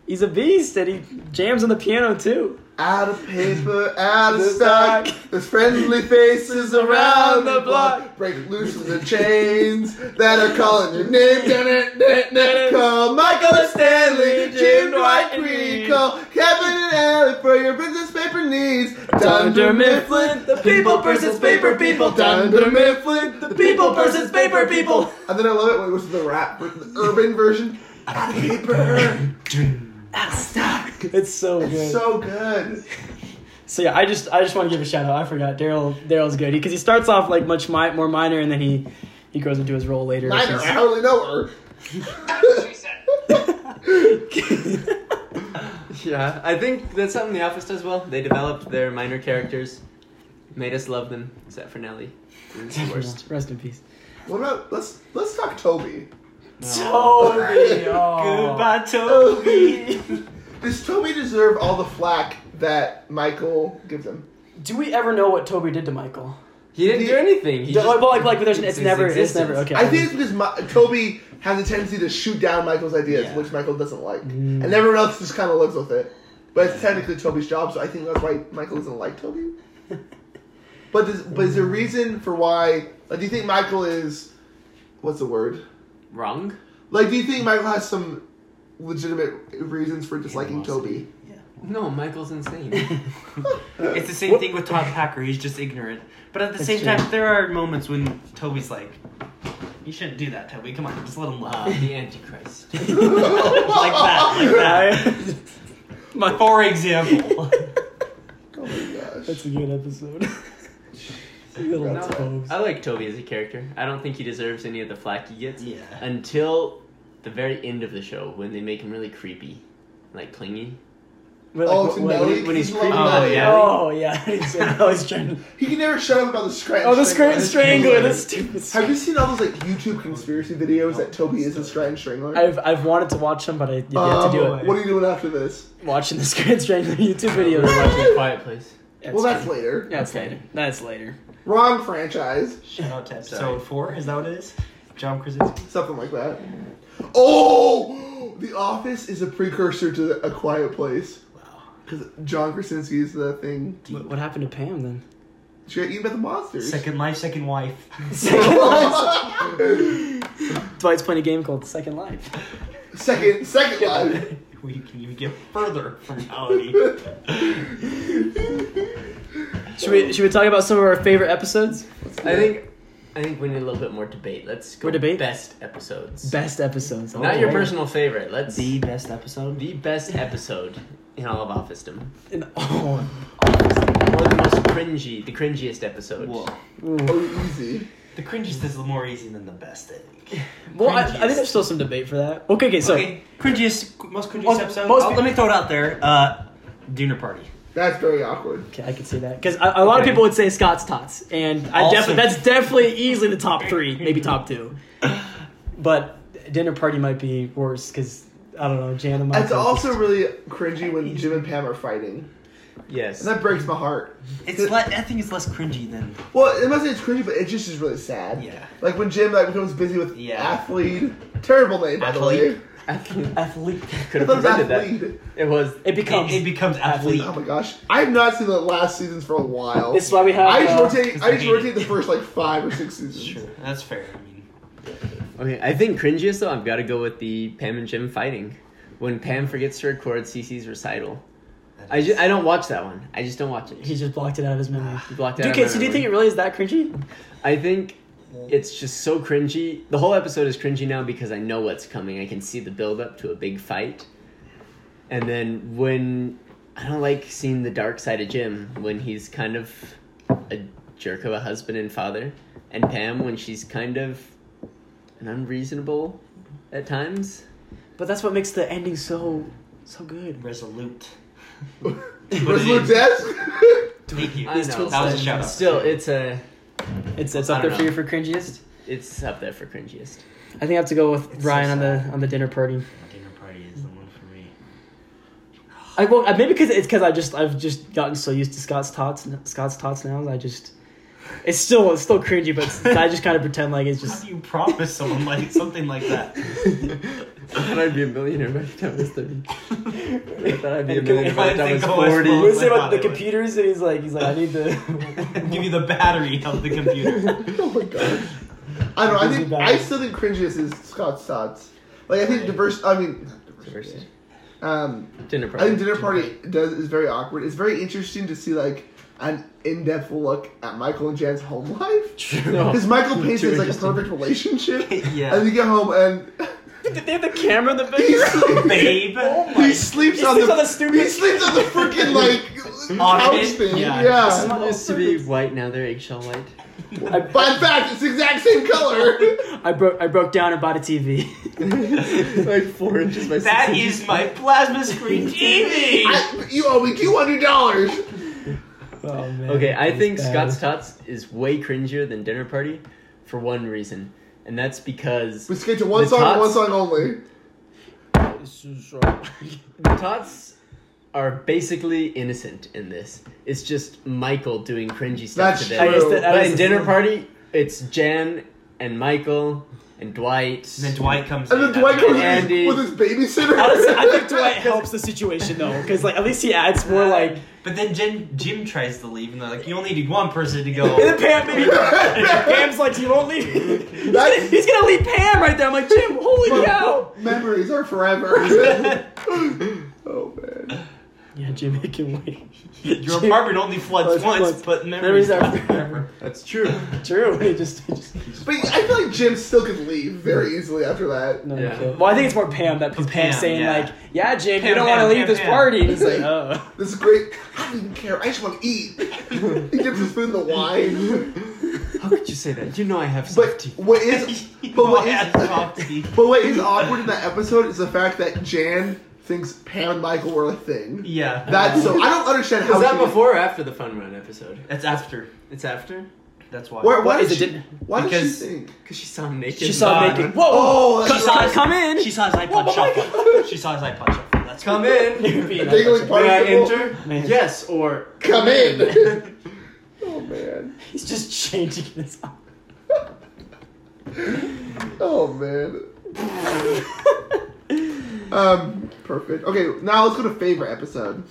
S2: He's a beast, and he jams on the piano too.
S3: Out of paper, out of
S2: The
S3: stock.
S2: stock.
S3: There's friendly faces around the block.
S2: block.
S3: Break loose of the chains that are calling your name. Call Michael and Stanley, Jim Dwight Creed. Call Kevin and Alec for your business paper needs.
S2: Dunder Mifflin, the people versus paper people.
S3: Dunder Mifflin, the
S2: People versus paper people.
S3: And then I love it when it was the rap, the urban version. Out of paper, out of stock.
S2: It's so good.
S3: It's
S2: so-,
S3: so good.
S2: yeah, I just I just want to give a shout out. I forgot Daryl. Daryl's good because he, starts off like much mi- more minor, and then he he grows into his role later.
S3: I,
S2: which
S3: know,
S2: is-
S3: I hardly know her.
S4: Yeah, I think that's something The Office does well. They developed their minor characters, made us love them, except for Nelly. It's the worst.
S2: Rest in peace.
S3: What about let's let's talk Toby.
S2: Toby. Oh.
S5: Goodbye, Toby.
S3: Does Toby deserve all the flack that Michael gives him?
S2: Do we ever know what Toby did to Michael?
S4: He didn't do anything. He
S2: Yeah,
S4: just-
S2: well, like, like, there's, it's
S4: his
S2: never, it's
S4: existence.
S2: never, okay.
S3: I think it's because Mi- Toby has a tendency to shoot down Michael's ideas,
S5: Yeah.
S3: which Michael doesn't like, and everyone else just kind of lives with it. But it's technically Toby's job, so I think that's why Michael doesn't like Toby. but does, but is there a reason for why? Like, do you think Michael is what's the word?
S4: Wrong?
S3: Like, do you think Michael has some legitimate reasons for disliking Toby?
S4: No, Michael's insane.
S5: It's the same thing with Todd Packer. He's just ignorant. But at the same
S2: true.
S5: time, there are moments when Toby's like, "You shouldn't do that, Toby. Come on, just let him
S4: uh,
S5: laugh."
S4: the Antichrist.
S5: like
S2: Oh
S5: that, like that.
S2: I- My
S5: For example,
S3: Oh my gosh.
S2: That's a good episode. Little
S3: That's right.
S2: toes.
S4: I like Toby as a character. I don't think he deserves any of the flack he gets.
S5: Yeah.
S4: Until the very end of the show when they make him really creepy, like clingy.
S2: But, like,
S3: Oh,
S2: what-
S3: to
S2: what-
S3: Nelly?
S4: when he's
S3: He's loving
S4: creeping-
S3: Nelly.
S4: Oh, yeah.
S2: Oh yeah, I was trying to.
S3: He can never shut up about the scratch.
S2: Oh, the scra- strangler, the stupid.
S3: Have
S2: Str-
S3: you seen all those like YouTube conspiracy videos that Toby is a Scranton strangler?
S2: I've I've wanted to watch them, but I you have to do
S3: Um,
S2: it.
S3: What are you doing after this?
S2: Watching the Grand Strangler YouTube video.
S4: We're watching Quiet Place.
S3: well, that's later.
S2: That's later. That's later.
S3: Wrong franchise,
S5: shout out to episode
S4: Sorry.
S5: four. Is that what it is? John Krasinski.
S3: something like that. Oh, The Office is a precursor to A Quiet Place. Wow. Because John Krasinski is the thing.
S2: What, what happened to Pam then?
S3: She got eaten by the monsters.
S5: Second life, second wife.
S2: Dwight's playing a game called Second Life.
S3: second, second life.
S5: we can even get further from reality.
S2: Should we should we talk about some of our favorite episodes?
S4: I think I think we need a little bit more debate. Let's go
S2: More debate?
S4: best episodes.
S2: Best episodes. Oh,
S4: Not your
S2: Okay.
S4: personal favorite. Let's
S5: the best episode.
S4: the best episode in all of Officedom.
S2: And- oh,
S4: Or the most cringy, the cringiest episode.
S5: Whoa.
S3: Oh, easy.
S5: The cringiest is more easy than the best, I think.
S2: well, I, I think
S5: Cringiest.
S2: there's still some debate for that. Okay, okay, so
S5: okay, cringiest, most cringiest
S2: Most-
S5: episode.
S2: most
S5: Oh,
S2: peop-
S5: let me throw it out there. Uh, dinner party.
S3: That's very awkward.
S2: Okay, I can see that because a, a lot of
S5: Okay.
S2: people would say Scott's tots, and I
S5: Also-
S2: definitely that's definitely easily the top three, maybe top two. But dinner party might be worse because I don't know. Jana might.
S3: It's also really cringy when Jim and Pam are fighting.
S4: Yes.
S3: And that breaks my heart.
S5: It's le- I think it's less cringy than
S3: Well, I'm not saying it's cringy, but it just is really sad.
S5: Yeah.
S3: Like when Jim like becomes busy with
S5: Yeah.
S3: athlete. Terrible name, by the way.
S5: Athlete.
S4: Athlete. athlete. Could
S3: I thought it
S4: have
S3: was
S4: prevented that.
S3: athlete.
S4: It was.
S2: It becomes.
S5: It, it becomes athlete.
S3: Oh my gosh, I have not seen the last seasons for a while.
S2: this is why we have.
S3: I just
S2: uh,
S3: rotate. I just
S5: It's-
S3: rotate the first like five or six seasons.
S5: Sure, that's fair. I mean,
S4: Okay, I think cringiest though, I've got to go with the Pam and Jim fighting. When Pam forgets to record Cece's recital.
S5: that
S4: I,
S5: is-
S4: just, I don't watch that one. I just don't watch it.
S2: he just blocked it out of his memory.
S4: He blocked Ah, it
S2: Dude,
S4: out
S2: okay,
S4: of my
S2: so do you
S4: memory.
S2: think it really is that cringy?
S4: I think it's just so cringy. The whole episode is cringy now because I know what's coming. I can see the build up to a big fight. And then when I don't like seeing the dark side of Jim when he's kind of a jerk of a husband and father, and Pam when she's kind of an unreasonable at times.
S2: But that's what makes the ending so so good.
S5: resolute.
S3: Was
S5: it
S3: Lou
S5: is.
S3: Desk?
S5: Thank you.
S4: I know.
S5: That was a shout out.
S4: Still, it's a
S2: It's it's
S4: I
S2: up there
S4: don't
S2: for you
S4: know.
S2: for cringiest.
S4: it's up there for cringiest.
S2: I think I have to go with
S5: It's so
S2: Ryan on the
S5: sad.
S2: on the dinner party.
S5: Dinner party is the one for me.
S2: I well I- maybe because it's because I just I've just gotten so used to Scott's tots Scott's tots now. I just it's still it's still cringy, but it's- I just kind of pretend like it's
S5: How
S2: just
S5: do you promise someone like something like that?
S4: I thought I'd be a millionaire by the time I was thirty. I thought I'd be a
S2: And can-
S4: millionaire
S2: if
S4: by
S5: I
S4: the time I was
S5: think I was
S4: forty.
S5: wrong-
S2: We'll say about
S5: thought
S2: the
S5: it was-
S2: computers, and he's like, he's like, I need the.
S5: Give you the battery of the computer.
S3: oh my gosh. I don't know. I
S2: Disney
S3: think
S2: Bad.
S3: I still think cringiest is Scott Stotts. Like I think diverse. I mean, not diversity.
S4: Diversity.
S3: Um,
S4: Dinner party.
S3: I think dinner party does is very awkward. It's very interesting to see like an in-depth look at Michael and Jan's home life.
S4: No.
S3: Because Michael paints
S4: Too
S3: it as like a
S4: interesting.
S3: perfect relationship.
S5: Yeah.
S3: And you get home and
S2: Did they have the camera in the
S3: he
S2: video?
S3: sleeps,
S5: Babe.
S3: he sleeps
S2: He
S3: on
S2: sleeps
S3: the,
S2: on the stupid-
S3: he sleeps on the freaking like
S5: On
S3: couch
S5: it?
S3: thing.
S5: Yeah.
S3: Yeah.
S4: They used to be white, now they're eggshell white.
S2: I,
S3: But in fact, it's the exact same color.
S2: I broke I broke down and bought a TV.
S4: like four inches by
S5: That is my plasma screen TV.
S3: I, you owe me two hundred dollars.
S2: Oh man.
S4: Okay,
S2: That
S4: I
S2: was
S4: think
S2: bad.
S4: Scott's Tots is way cringier than Dinner Party for one reason. And that's because
S3: We skate to one
S4: The
S3: song, and
S4: tots-
S3: one song only.
S4: the Tots are basically innocent in this. It's just Michael doing cringy stuff
S3: That's
S4: to
S2: I
S4: them.
S2: guess
S3: true.
S2: that, I
S4: But
S2: guess
S4: in Dinner Party, it's Jan and Michael and Dwight.
S5: And then Dwight comes
S3: And
S5: in.
S3: then Dwight comes
S4: Andy.
S3: in with his babysitter.
S2: Honestly, I think Dwight helps the situation though, because like at least he adds more like.
S5: But then Jim, Jim tries to leave, and they're like, "You only need one person to
S2: And then
S5: go."
S2: Pam, maybe, Pam's like, you won't leave. He's gonna, he's gonna leave Pam right there. I'm like, Jim, holy cow.
S3: Memories are forever. oh man.
S2: Yeah, Jim, it can wait.
S5: Your apartment only floods
S2: Floods
S5: once,
S2: once.
S5: but
S2: Memories
S5: memories are
S2: are
S5: forever.
S4: That's true.
S2: True. He just, he just
S3: But I feel like Jim still could leave very easily after that.
S2: no,
S4: Yeah.
S2: okay. Well, I think it's more Pam that Pam,
S5: Pam,
S2: saying
S5: yeah.
S2: like, yeah, Jim, you
S5: Pam,
S2: don't
S5: Pam,
S2: want to leave
S5: Pam,
S2: this
S5: Pam.
S2: party. And he's
S3: He's
S2: like,
S3: like,
S2: oh.
S3: This is great. I don't even care. I just want to eat. he dips his food in the wine.
S4: How could you say that? You know I have
S3: But
S4: softy.
S3: what is but
S5: Why
S3: what
S5: I
S3: is
S5: talk to you?
S3: but what is awkward in that episode is the fact that Jan thinks Pam and Michael were a thing.
S5: Yeah,
S3: That's so I don't understand how
S4: Was that
S3: she-
S4: before or after the fun run episode?
S5: that's after.
S4: It's after?
S5: That's why.
S3: Why, why,
S2: What
S3: did
S2: is it
S3: she,
S2: did-
S3: why did she
S5: because-
S3: think?
S4: Because she saw him naked.
S2: She saw him
S5: God.
S2: naked. Whoa!
S3: Oh, that's
S2: Come-
S3: right.
S2: come in.
S5: She saw his iPod
S2: Oh my
S5: shuffle. She saw his iPod shuffle. That's
S4: Come in.
S2: Being
S3: Dangling
S2: like-
S3: part-
S4: May I
S3: Possible.
S4: enter?
S2: Man.
S4: Yes, or
S3: Come in. oh man.
S2: He's just changing his.
S3: Oh man. um, perfect. Okay, now let's go to favorite episode.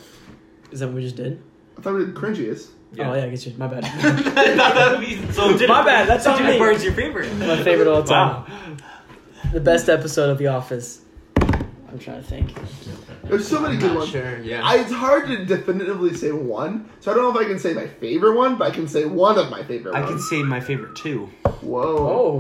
S2: Is that what we just did?
S3: I thought we did cringiest.
S4: Yeah.
S2: Oh yeah, I guess you. My bad.
S5: so did
S2: My bad, that's on
S5: Dinner
S2: me.
S5: Bird's your favorite.
S2: My favorite of all time.
S5: Wow.
S2: The best episode of The Office. I'm trying to think.
S3: There's so many good
S4: Not
S3: ones.
S4: sure. Yeah.
S3: I, it's hard to definitively say one, so I don't know if I can say my favorite one, but I can say one of my favorite
S5: I
S3: ones.
S5: can say my favorite too.
S3: Whoa.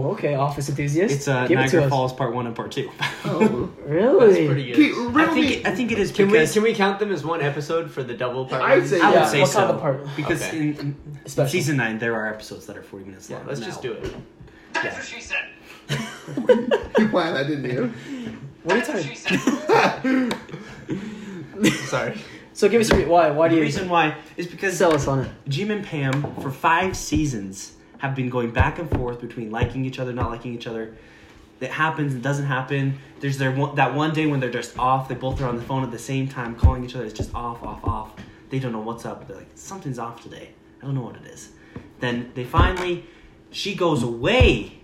S2: Oh, okay. Office enthusiast.
S5: It's uh,
S2: Give it to
S5: Niagara
S2: us.
S5: Falls Part One and Part Two.
S3: Oh.
S2: Really?
S4: That's pretty
S3: Okay,
S4: good.
S5: I
S3: riddle
S5: think
S3: me.
S5: I think it is
S4: Can we
S5: because
S4: can we count them as one episode for the double part?
S3: I'd
S4: ones?
S3: say-
S5: I would
S2: Yeah,
S5: say
S2: what's
S5: so.
S2: on the part?
S5: Because
S4: Okay.
S5: in, in
S2: Special.
S5: season nine, there are episodes that are forty minutes
S4: Yeah,
S5: long.
S4: let's just do it.
S6: That's what she said.
S3: You planned that, didn't you?
S2: What are you
S6: That's what
S2: talking?
S6: she said.
S4: Sorry.
S2: So give me some. Why? Why do
S5: The
S2: you
S5: reason why is because
S2: sell us on it?
S5: Jim and Pam, for five seasons, have been going back and forth between liking each other, not liking each other. It happens and doesn't happen. There's their one, that one day when they're just off. They both are on the phone at the same time, calling each other. It's just off, off, off. They don't know what's up. They're like, something's off today. I don't know what it is. Then they finally, she goes away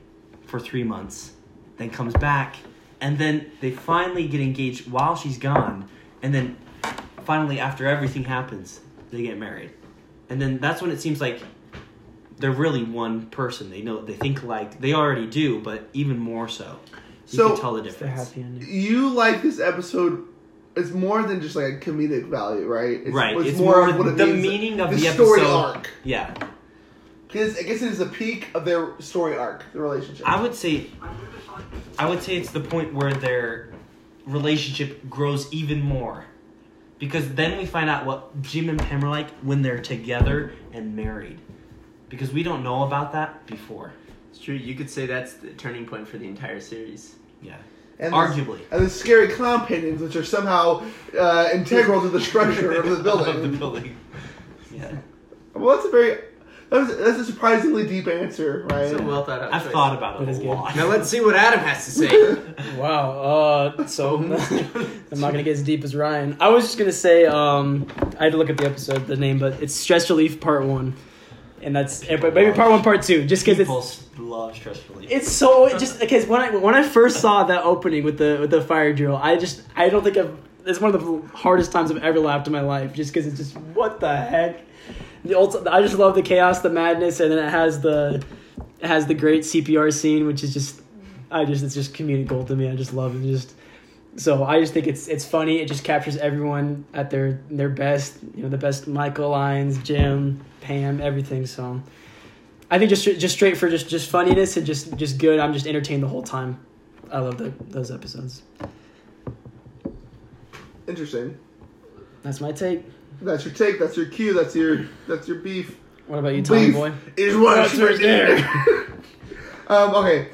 S5: for three months, then comes back, and then they finally get engaged while she's gone, and then finally after everything happens, they get married, and then that's when it seems like they're really one person. They know they think like they already do, but even more so. You
S3: So-
S5: can tell the
S2: It's the
S5: difference.
S2: happy ending.
S3: You like this episode. It's more than just like a comedic value, right? It's,
S5: Right, it's more the meaning of the
S3: story
S5: episode.
S3: arc.
S5: Yeah,
S3: Because I guess it is the peak of their story arc, the relationship.
S5: I would say, I would say it's the point where their relationship grows even more, because then we find out what Jim and Pam are like when they're together and married, because we don't know about that before.
S4: It's true. You could say that's the turning point for the entire series.
S5: Yeah,
S3: and
S5: arguably.
S3: The, and the scary clown paintings, which are somehow uh, integral to the structure of the building.
S5: Of the building. Yeah,
S3: Well, that's a very that was, that's a surprisingly deep answer, right?
S4: So uh, well thought out.
S5: I've
S4: choice.
S5: thought about
S2: That
S5: it
S2: is
S5: a
S2: good.
S5: lot.
S4: Now let's see what Adam has to say.
S2: Wow. Uh, so I'm not gonna get as deep as Ryan. I was just gonna say um, I had to look up the episode, the name, but it's Stress Relief Part One, and that's eh, but maybe Part One, Part Two, just because it's
S5: People love stress relief.
S2: it's so it just because when I when I first saw that opening with the with the fire drill, I just I don't think I've it's one of the hardest times I've ever laughed in my life, just because it's just what the heck. The ulti- I just love the chaos, the madness, and then it has the it has the great CPR scene, which is just I just it's just comedic gold to me. I just love it. Just so I just think it's it's funny. It just captures everyone at their their best. You know, the best Michael lines, Jim, Pam, everything. So I think just just straight for just just funniness and just just good. I'm just entertained the whole time. I love the, those episodes.
S3: Interesting.
S2: That's my take.
S3: That's your take. That's your cue. That's your that's your beef.
S2: What about you, Tommy
S3: Beef
S2: boy?
S3: is what
S2: That's
S3: you
S2: right there.
S3: um. Okay.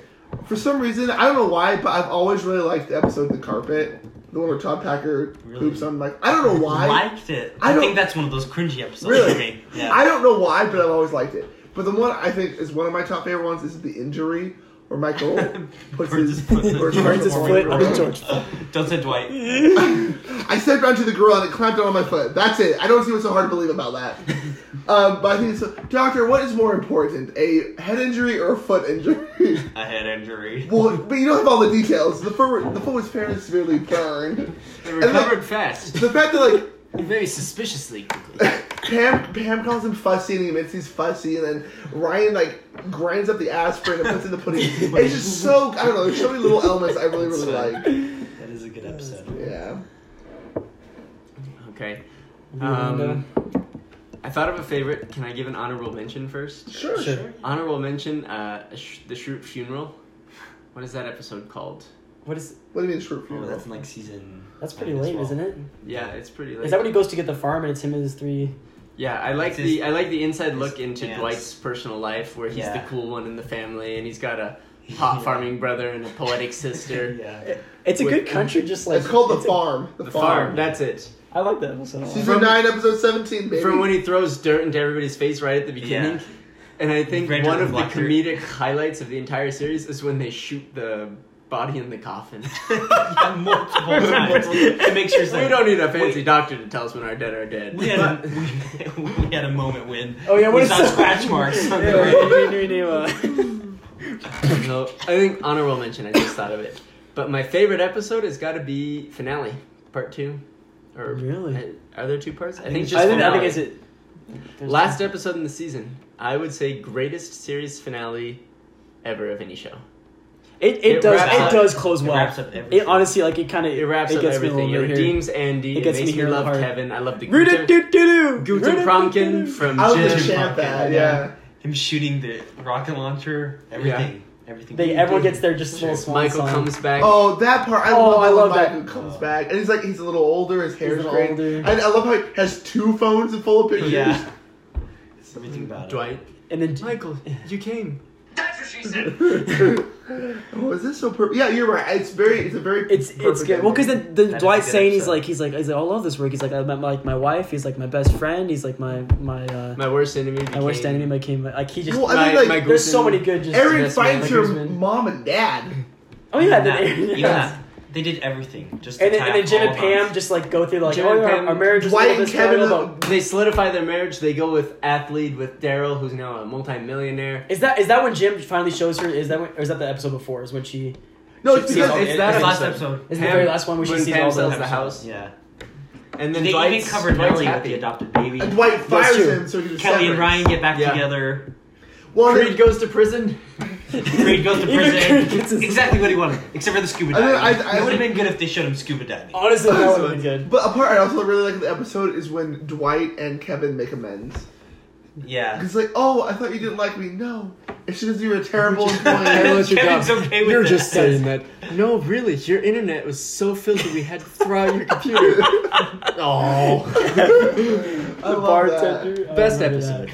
S3: For some reason, I don't know why, but I've always really liked the episode "The Carpet," the one where Todd Packer
S5: Really?
S3: poops on like I don't know why.
S5: liked it.
S3: I
S5: I,
S3: don't-
S5: think that's one of those cringy episodes
S3: Really?
S5: for me. Yeah.
S3: I don't know why, but I've always liked it. But the one I think is one of my top favorite ones is the injury where Michael puts
S5: Burns
S3: his,
S5: his foot in the-
S3: burns
S2: Burns his foot on the George.
S5: don't say Dwight.
S3: I stepped onto the grill and it clamped on my foot. That's it. I don't see what's so hard to believe about that. um, but I think it's doctor. What is more important, a head injury or a foot injury?
S5: I had injury.
S3: well, but you don't have all the details. The foot, the foot was fairly severely burned.
S4: They
S3: And
S4: recovered
S3: like-
S4: fast,
S3: The fact that like
S4: very suspiciously quickly.
S3: Pam Pam calls him fussy and he admits he's fussy and then Ryan like grinds up the aspirin and puts it in the pudding. it's just so I don't know, there's so many little elements I really, really like.
S5: That is a good episode.
S3: Yeah.
S4: Okay.
S2: Amanda?
S4: Um, I thought of a favorite. Can I give an honorable mention first?
S3: Sure,
S2: Sure.
S3: sure.
S4: Honorable mention: uh, a sh- the Shroot Funeral. What is that episode called?
S2: What is
S3: What do you mean short
S5: Oh,
S3: funeral?
S5: that's in like season.
S2: that's pretty
S5: nine as
S2: late,
S5: well.
S2: isn't it?
S4: Yeah, it's pretty. Late.
S2: Is that when he goes to get the farm and it's him and his three?
S4: Yeah, I like
S5: It's his-
S4: the I like the inside look into
S5: pants.
S4: Dwight's personal life, where he's
S5: Yeah.
S4: the cool one in the family, and he's got a pot
S5: Yeah.
S4: farming brother and a poetic sister.
S5: Yeah.
S2: It's a
S4: Wait,
S2: good country, just like
S3: it's called the
S2: a-
S3: farm. The,
S4: The farm,
S3: farm.
S4: that's it.
S2: I like that episode. a lot.
S3: Season nine, episode seventeen, baby.
S4: From when he throws dirt into everybody's face right at the beginning.
S5: Yeah.
S4: And I think
S5: Red
S4: one
S5: dirt
S4: of the
S5: blocker.
S4: comedic highlights of the entire series is when they shoot the body in the coffin.
S5: Yeah, multiple times to make sure. it's
S4: we
S5: like-
S4: don't need a fancy doctor to tell us when our dead are dead.
S5: We had, a, we, we had a moment when
S2: Oh yeah, what
S5: we
S2: is
S5: saw
S2: that?
S5: scratch marks on the
S2: Yeah,
S5: ground.
S2: we knew- we knew, uh,
S4: But, no, I think honorable mention. I just thought of it. But my favorite episode has got to be finale part two. Or
S2: Really?
S4: uh, are there two parts? I, think
S5: it's-
S4: just
S2: I think I
S4: finale.
S2: think it's it.
S4: Last episode in the season, I would say greatest series finale ever of any show.
S2: it, it,
S4: it
S2: does
S4: wraps
S2: it
S4: up-
S2: does close
S5: it
S2: well.
S5: wraps up
S2: It
S5: everything.
S2: honestly like it kind of
S4: It wraps up
S2: gets me a
S4: everything. It
S2: little bit here.
S4: redeems Andy.
S2: It
S4: It,
S2: gets me
S4: makes me,
S2: here in the
S4: love
S2: heart.
S4: Kevin. I love the Guten, Guten Promkin
S2: Guten
S4: from
S3: I was
S4: Jim.
S3: a champ that, yeah.
S5: Him shooting the rocket launcher, everything, everything.
S2: They everyone gets their just little swan
S4: Michael
S2: song.
S4: comes back.
S3: Oh, that part! I
S2: Oh,
S3: love,
S2: I
S3: I
S2: love
S3: love
S2: that.
S3: Who comes back, and he's like he's a little older. His hair's
S2: a little
S3: gray,
S2: older.
S3: and I love how he has two phones and full of pictures.
S5: Yeah. It's everything about it.
S4: Dwight.
S2: and then
S4: Michael, Oh. you came.
S3: Oh, is this so perfect? Yeah, you're right. It's very, it's a very.
S2: it's it's
S3: perfect
S2: good. Well, because
S3: ending.
S2: then, then
S5: That
S2: Dwight's
S5: is a good
S2: saying he's
S5: episode.
S2: like he's like he's like I love this work. He's like I met my, like my wife. He's like my best friend. He's like my my uh,
S4: My worst enemy. Became,
S2: my worst enemy. My came like he just
S3: Well, I
S4: My,
S3: mean, like,
S4: my
S2: there's so
S4: Guten-
S2: many good just
S3: Aaron
S4: Yes,
S3: finds
S2: man,
S3: her
S2: like Guzman.
S3: mom and dad.
S2: oh yeah
S5: Even
S2: the-
S5: that,
S2: yes.
S5: even that, they did everything. Just to
S2: and then,
S5: tie
S2: and then
S5: up
S2: Jim
S5: all
S2: and
S5: of
S2: Pam
S5: us.
S2: just like go through like
S4: Jim
S2: oh
S4: and
S2: yeah,
S4: Pam-
S2: our marriage is a
S3: Dwight
S2: little bit
S3: and
S2: spoiled,
S3: Kevin-
S2: but-
S4: They solidify their marriage. They go with athlete with Daryl, who's now a multimillionaire.
S2: Is that is that when Jim finally shows her? Is that when, or is that the episode before? Is when she
S3: No, it's
S2: Sees
S3: because
S2: all-
S3: it's,
S2: it's that
S6: last
S2: episode.
S6: episode.
S2: It's the very last one where she
S6: when
S2: sees
S6: Pam
S2: all the-
S6: sells the
S2: Pam
S6: house.
S5: Yeah.
S6: And then
S5: they
S6: Dwight's,
S5: even covered
S6: Dwight's
S5: Nelly with
S6: happy.
S5: the adopted baby.
S3: and Dwight fires
S2: true.
S3: him so he can
S5: Kelly and Ryan get back
S6: Yeah.
S5: together.
S3: Well,
S6: Creed goes to prison.
S5: Creed goes to
S2: Even Creed gets
S5: prison.
S2: his-
S5: exactly what he wanted, except for the scuba
S3: I mean,
S5: diving.
S3: I- I-
S5: it would have been good if they showed him scuba diving.
S2: Honestly, that would have been good.
S3: But a part I also really like of the episode is when Dwight and Kevin make amends.
S5: Yeah.
S3: It's like, oh, I thought you didn't like me. No, it's just you were a terrible employee.
S4: terrible- Kevin's
S5: Kevin's okay with
S4: You're
S5: that.
S4: just saying that. No, really, your internet was so filthy we had to throw out your computer. oh,
S3: I
S2: The
S3: love that.
S2: bartender. I
S4: best
S2: remember that.
S4: episode.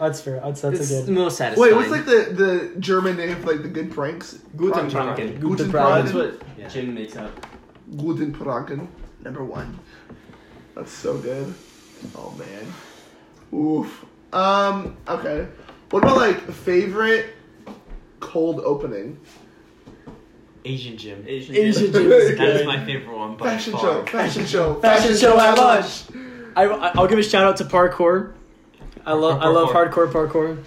S2: That's fair. That's
S4: It's
S2: that's a
S4: the
S2: good.
S4: most satisfying.
S3: Wait, what's like the, the German name for like the good pranks?
S4: Guten
S3: Pranken. Guten
S4: Pranken.
S2: Guten Pranken.
S4: That's
S3: Pranken.
S4: what Jim makes up.
S3: Guten Pranken. Number one. That's so good. Oh man. Oof. Um. Okay. What about like favorite cold opening?
S5: Asian Jim.
S2: Asian Jim is
S5: That is
S2: good.
S5: my favorite one by
S3: Fashion
S5: far.
S3: show. Fashion show.
S2: Fashion show at lunch. I, I- I'll give a shout out to parkour. I love I love hardcore parkour.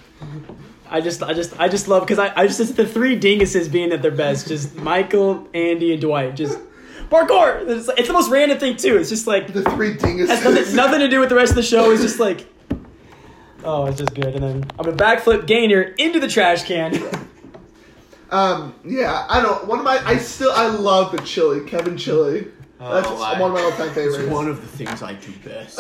S2: I just I just I just love because I, I just it's the three dinguses being at their best. Just Michael, Andy, and Dwight. Just parkour. It's, it's the most random thing too. It's just like
S3: The three
S2: has nothing,
S3: dinguses.
S2: nothing to do with the rest of the show. It's just like oh, it's just good. And then I'm gonna backflip gainer into the trash can.
S3: Um, yeah, I don't. One of my, I still, I love the chili, Kevin chili.
S5: Oh
S3: That's
S6: my.
S3: one of my all-time favorites.
S4: of the things I do best.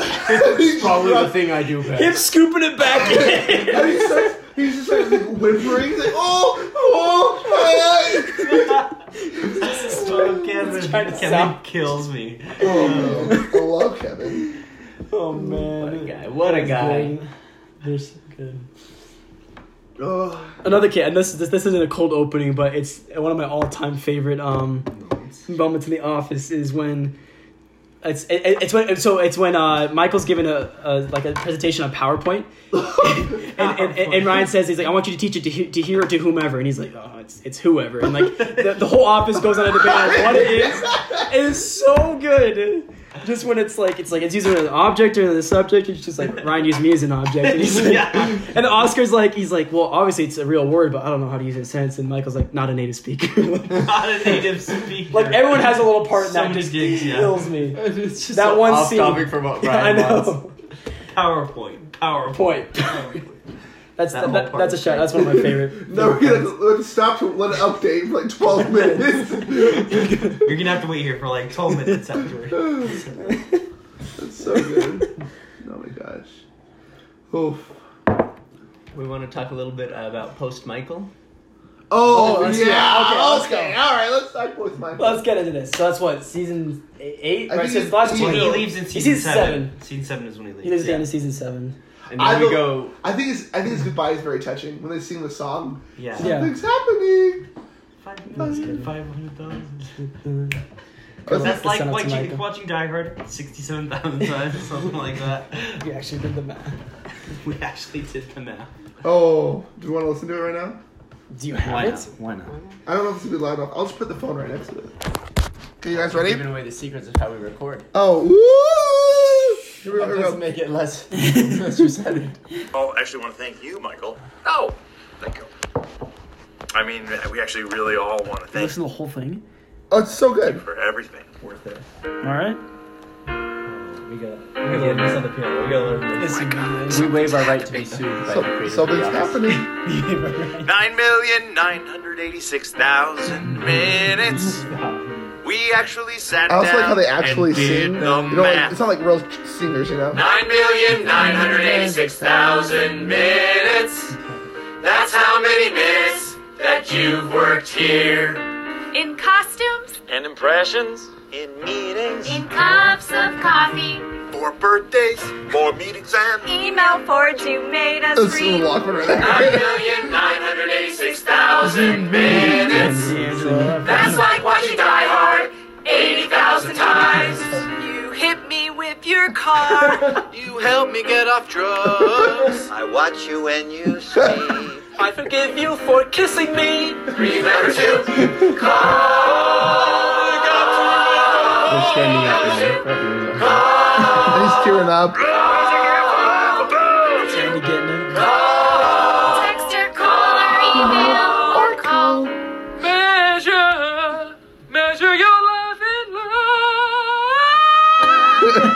S3: He's drunk.
S4: thing I do
S2: Him scooping it back in.
S3: And he starts, he's just like, like whimpering, he's like, oh, oh, my eye.
S5: Oh, Kevin,
S2: trying to
S5: Kevin
S2: sound-
S5: kills me.
S3: Oh, man. I love Kevin.
S2: Oh
S4: What a
S2: man.
S4: guy. What a guy.
S2: They're so good.
S3: Oh,
S2: Another kid, and this, this this isn't a cold opening, but it's one of my all time favorite um moments in the office is when it's it, it- it's when so it's when uh, Michael's given a, a like a presentation on PowerPoint, and, and, and, and Ryan says he's like I want you to teach it to he, to here or to whomever, and he's like oh it's it's whoever, and like the, the whole office goes on a debate on what it is. It's so good. Just when it's like it's like it's either an object or the subject, it's just like Ryan used me as an object, and he's like,
S5: Yeah.
S2: and Oscar's like he's like well obviously it's a real word, but I don't know how to use it in a sentence, and Michael's like not a native speaker.
S5: Not a native speaker.
S2: Like everyone has a little part in
S5: So
S2: that.
S5: many
S2: Just
S5: gigs, yeah.
S2: kills me.
S4: It's just
S2: That
S4: so
S2: one
S4: off
S2: scene.
S4: topic from what
S2: Yeah, I
S4: Brian wants.
S2: know.
S5: PowerPoint. PowerPoint.
S2: Point. That's
S5: That whole
S2: that,
S5: part
S2: that's a
S5: was
S2: shout. That's one of my favorite.
S3: no, we're gonna let's stop to let it update for like 12 minutes.
S5: You're gonna have to wait here for like 12 minutes afterward.
S3: That's so good. Oh my gosh. Oof.
S4: We want to talk a little bit uh, about Post Michael.
S3: Oh,
S2: let's
S3: yeah.
S2: go. Okay, let's
S3: Okay, all right, let's talk boys, Michael.
S2: Let's get into this. So that's what season e- eight.
S3: I
S2: Right,
S3: think
S2: so it's
S3: it's-
S2: last
S5: When
S2: one.
S5: he leaves in
S2: He
S5: season
S2: sees
S5: seven. Season seven is when he leaves.
S2: He lives at the
S5: yeah.
S2: end of season seven.
S4: And
S3: I
S4: then we
S3: don't-
S4: go.
S3: I think his I think his goodbye is very touching when they sing the song.
S5: yeah.
S2: Yeah.
S3: Something's happening.
S5: Five
S3: That's
S5: million,
S3: good.
S5: 500,000.
S2: That's
S5: That's
S2: the
S5: like
S2: sentence,
S5: watching,
S2: Michael.
S5: watching Die Hard 67,000 times, something like that.
S2: You actually did the math.
S5: We actually did the math.
S3: Oh, do you want to listen to it right now?
S2: Do you have it?
S4: Why not?
S3: I don't know if this will be loud enough. I'll just put the phone right next to it. Okay, you guys ready?
S4: Giving away the secrets of how we record.
S3: Oh, woo! Here we
S4: That
S3: go, here we
S4: doesn't
S3: go.
S4: make it less, less receptive.
S7: Well, I actually want to thank you, Michael. Oh, thank you. I mean, we actually really all want to thank you
S2: Listen to the whole thing.
S3: Oh, it's so good.
S7: for everything. Worth it.
S2: All right.
S5: We gotta, we gotta learn this on the piano. We gotta learn this.
S4: We waive our right to be sued by the
S3: So,
S4: creators.
S3: something's happening.
S7: Nine million nine hundred eighty-six thousand minutes. We actually sat
S3: I also
S7: down
S3: like how they actually
S7: and did
S3: sing. You
S7: the
S3: know, like,
S7: math.
S3: it's not like real singers, you know.
S7: Nine million nine hundred eighty-six thousand minutes. That's how many minutes that you've worked here.
S8: In costumes,
S7: And impressions. In meetings.
S8: in cups of coffee,
S7: More birthdays. More meetings and
S8: email forge you made us
S3: It's a
S8: read.
S3: little awkward right there.
S7: million nine hundred eighty-six thousand minutes. That's like watching Die Hard eighty thousand times.
S8: You hit me with your car.
S7: You help me get off drugs. I watch you when you sleep.
S2: I forgive you for kissing me.
S7: Three letter two. Call.
S4: They're standing up now. Everyone's up.
S3: And he's tearing up.
S2: Trying to get me.
S8: Text or call or email or call. Measure.
S3: I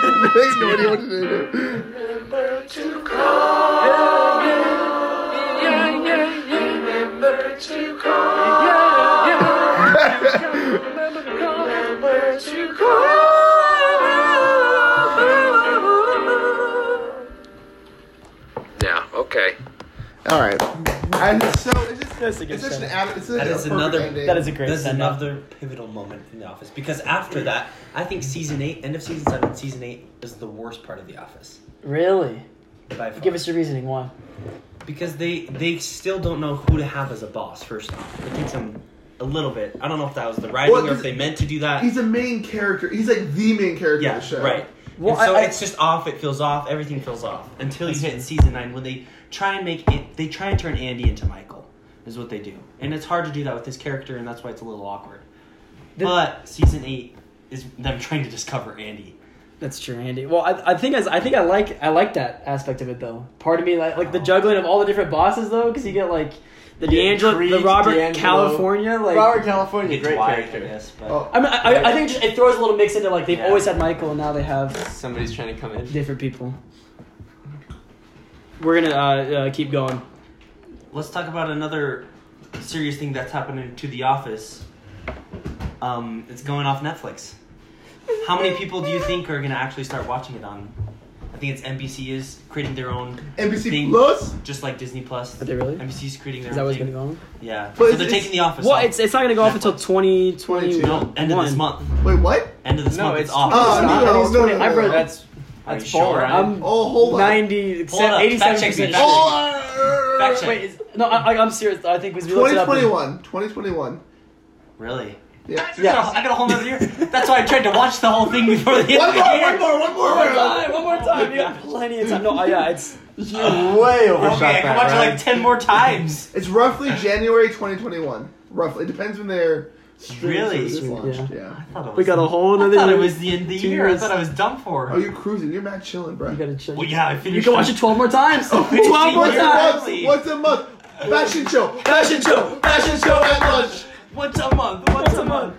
S3: have no idea what to do.
S7: Remember to call. Remember to call. Remember to call. Now, okay.
S3: All right, and it's so it's just
S2: That's a good
S3: it's such an
S2: shout.
S3: ad, it's such
S5: That
S3: a
S5: is
S3: perfect
S5: another-
S3: ending.
S2: That is a great
S5: This is
S2: send-off.
S5: another pivotal moment in The Office because after that, I think season eight, end of season seven, season eight is the worst part of The Office.
S2: Really?
S5: By far.
S2: Give us your reasoning why.
S5: because they they still don't know who to have as a boss. First off, it takes them a little bit. I don't know if that was the writing
S3: Well,
S5: or if they meant to do that.
S3: He's a main character. He's like the main character
S5: yeah,
S3: of the show.
S5: right.
S2: Well,
S5: and so
S2: I- I-
S5: it's just off. It feels off. Everything feels off until you hit season nine when they try and make it. They try and turn Andy into Michael. Is what they do, and it's hard to do that with this character, and that's why it's a little awkward.
S2: The-
S5: but season eight is them trying to discover Andy.
S2: That's true, Andy. Well, I, I think as I think I like I like that aspect of it though. Part of me like like the juggling of all the different bosses though, because you get like the D'Angelo, the
S4: Creed,
S2: Robert
S4: D'Angelo.
S2: California, like
S4: Robert California,
S5: It's
S4: great
S5: why, I
S4: character.
S5: guess, but
S3: Oh,
S2: I mean, I, I, I think just, it throws a little mix into like they've
S4: Yeah.
S2: always had Michael and now they have
S4: Somebody's trying to come in.
S2: different people. We're gonna uh, uh, keep going.
S5: let's talk about another serious thing that's happening to The Office. Um, it's going off Netflix. How many people do you think are going to actually start watching it on? I think it's NBC is creating their own
S3: NBC
S5: thing,
S3: Plus.
S5: just like Disney Plus.
S2: Are they really?
S5: NBC is creating their
S2: Is that
S5: own
S2: what's
S5: thing.
S2: gonna go on?
S5: Yeah.
S3: But
S5: so they're
S3: it's-
S5: taking The Office.
S2: Well,
S5: off.
S2: it's it's not gonna go off until twenty twenty.
S3: 22.
S5: no end of this month.
S3: Wait, what?
S5: End of this
S4: No,
S5: month.
S4: it's
S5: off.
S3: Oh,
S2: not-
S3: no,
S2: it's
S3: no,
S2: twenty-
S3: no, no,
S2: I read-
S3: no.
S4: That's
S5: Are you
S4: that's four.
S5: sure?
S4: right?
S2: I'm
S3: Oh, hold on.
S2: ninety
S5: Hold up,
S2: eighty-seven
S5: fact check me,
S2: percent.
S5: fact check me.
S3: Hold
S5: Fact
S3: on.
S5: check.
S2: Wait, is, no, I, I- I'm serious. I think we we looked it up.
S3: 2021. 2021.
S5: Really?
S3: Yeah.
S5: I got a- I got a whole nother year. That's why I tried to watch the whole thing before the end of
S3: One
S5: the
S3: more,
S5: year.
S3: one more, one more.
S2: One more time, one more time. You got plenty of time. No, uh, yeah, it's
S4: You way overshot
S5: Okay, I can
S4: that,
S5: watch it
S4: Ryan.
S5: like ten more times.
S3: It's roughly January 2021. Roughly. It depends when their streaming
S5: Really?
S3: service is launched. Yeah.
S2: we got a whole
S5: I
S2: other.
S5: thought it was the end of the
S2: Two
S5: year.
S2: years.
S5: I thought I was done for.
S3: Oh, you're cruising. You're mad chilling, bro.
S2: You gotta check.
S5: well, yeah, I finished.
S2: You can watch it twelve more times.
S3: Oh,
S5: it's
S2: twelve more
S5: easier.
S2: times.
S3: What's, what's a month? Fashion show. Fashion show. Fashion show at lunch.
S5: once a month. Once a month.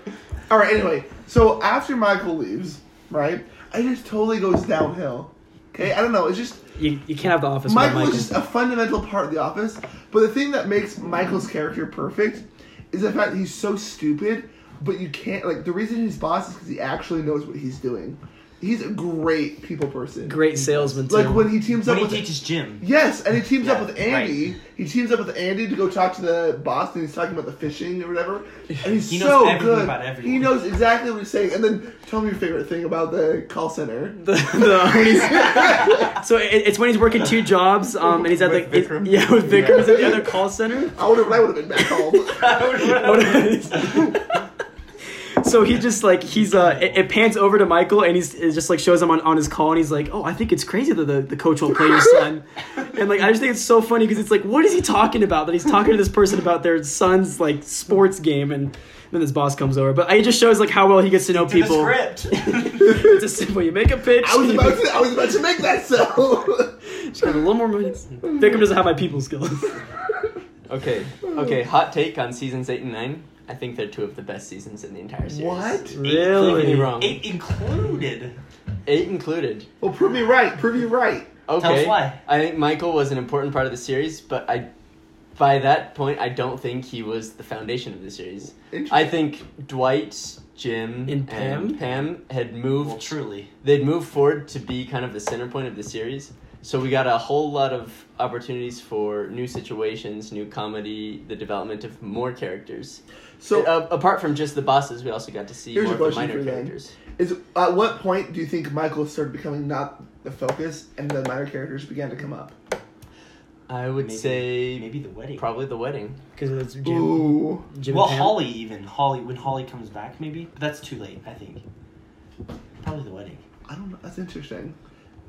S3: All right. Anyway, so after Michael leaves, right? It just totally goes downhill. Okay. I don't know. It's just
S2: You, you can't have the office. without
S3: Michael
S2: Michael.
S3: is just a fundamental part of the office. But the thing that makes Michael's character perfect is the fact that he's so stupid. But you can't like the reason he's boss is because he actually knows what he's doing. He's a great people person.
S2: great salesman too.
S3: Like when he teams
S5: When
S3: up
S5: he
S3: with
S5: teaches Jim.
S3: Yes, and he teams up
S5: Yeah,
S3: with Andy. He teams up with Andy to go talk to the boss, and he's talking about the fishing or whatever. And he's
S5: He knows
S3: so
S5: everything
S3: good.
S5: about everyone.
S3: He knows exactly what he's saying. And then tell me your favorite thing about the call center.
S2: the, the- when he's- so it, it's when he's working two jobs, um, and he's at
S4: With
S2: the it-
S4: Vikram?
S2: yeah with Vikram he's at the other call center.
S3: I wonder what I would have been back home.
S2: so he just like he's uh it, it pans over to Michael and he's it just like shows him on, on his call and he's like oh I think it's crazy that the, the coach won't play your son and like I just think it's so funny because it's like what is he talking about that he's talking to this person about their son's like sports game and then his boss comes over but it just shows like how well he gets to know people it's a simple you make a pitch
S3: I was
S2: you
S3: about to. I was about to make that so.
S2: just got a little more money Vikram doesn't have my people skills
S4: Okay, okay. Hot take on seasons eight and nine. I think they're two of the best seasons in the entire series.
S3: what?
S4: Don't get me
S2: really
S4: wrong.
S5: Eight included.
S4: Eight included.
S3: Well, prove me right. Prove you right.
S4: Okay.
S5: us why.
S4: I think Michael was an important part of the series, but I, by that point, I don't think he was the foundation of the series.
S3: Interesting.
S4: I think Dwight, Jim,
S2: And Pam?
S4: Pam had
S5: Well,
S4: moved.
S5: truly.
S4: They'd moved forward to be kind of the center point of the series. So we got a whole lot of opportunities for new situations, new comedy, the development of more characters.
S3: So,
S4: uh, apart from just the bosses, we also got to see
S3: Here's a
S4: more of the
S3: question for
S4: minor
S3: you then.
S4: characters.
S3: is at what point do you think Michael started becoming not the focus, and the minor characters began to come up?
S4: I would
S5: Maybe-
S4: say
S5: Maybe the wedding.
S4: probably the wedding.
S2: because it's Jim,
S3: Ooh.
S2: Jim
S5: well,
S2: and Pam.
S5: Holly even Holly when Holly comes back maybe, but that's too late. I think. Probably the wedding.
S3: I don't know. That's interesting.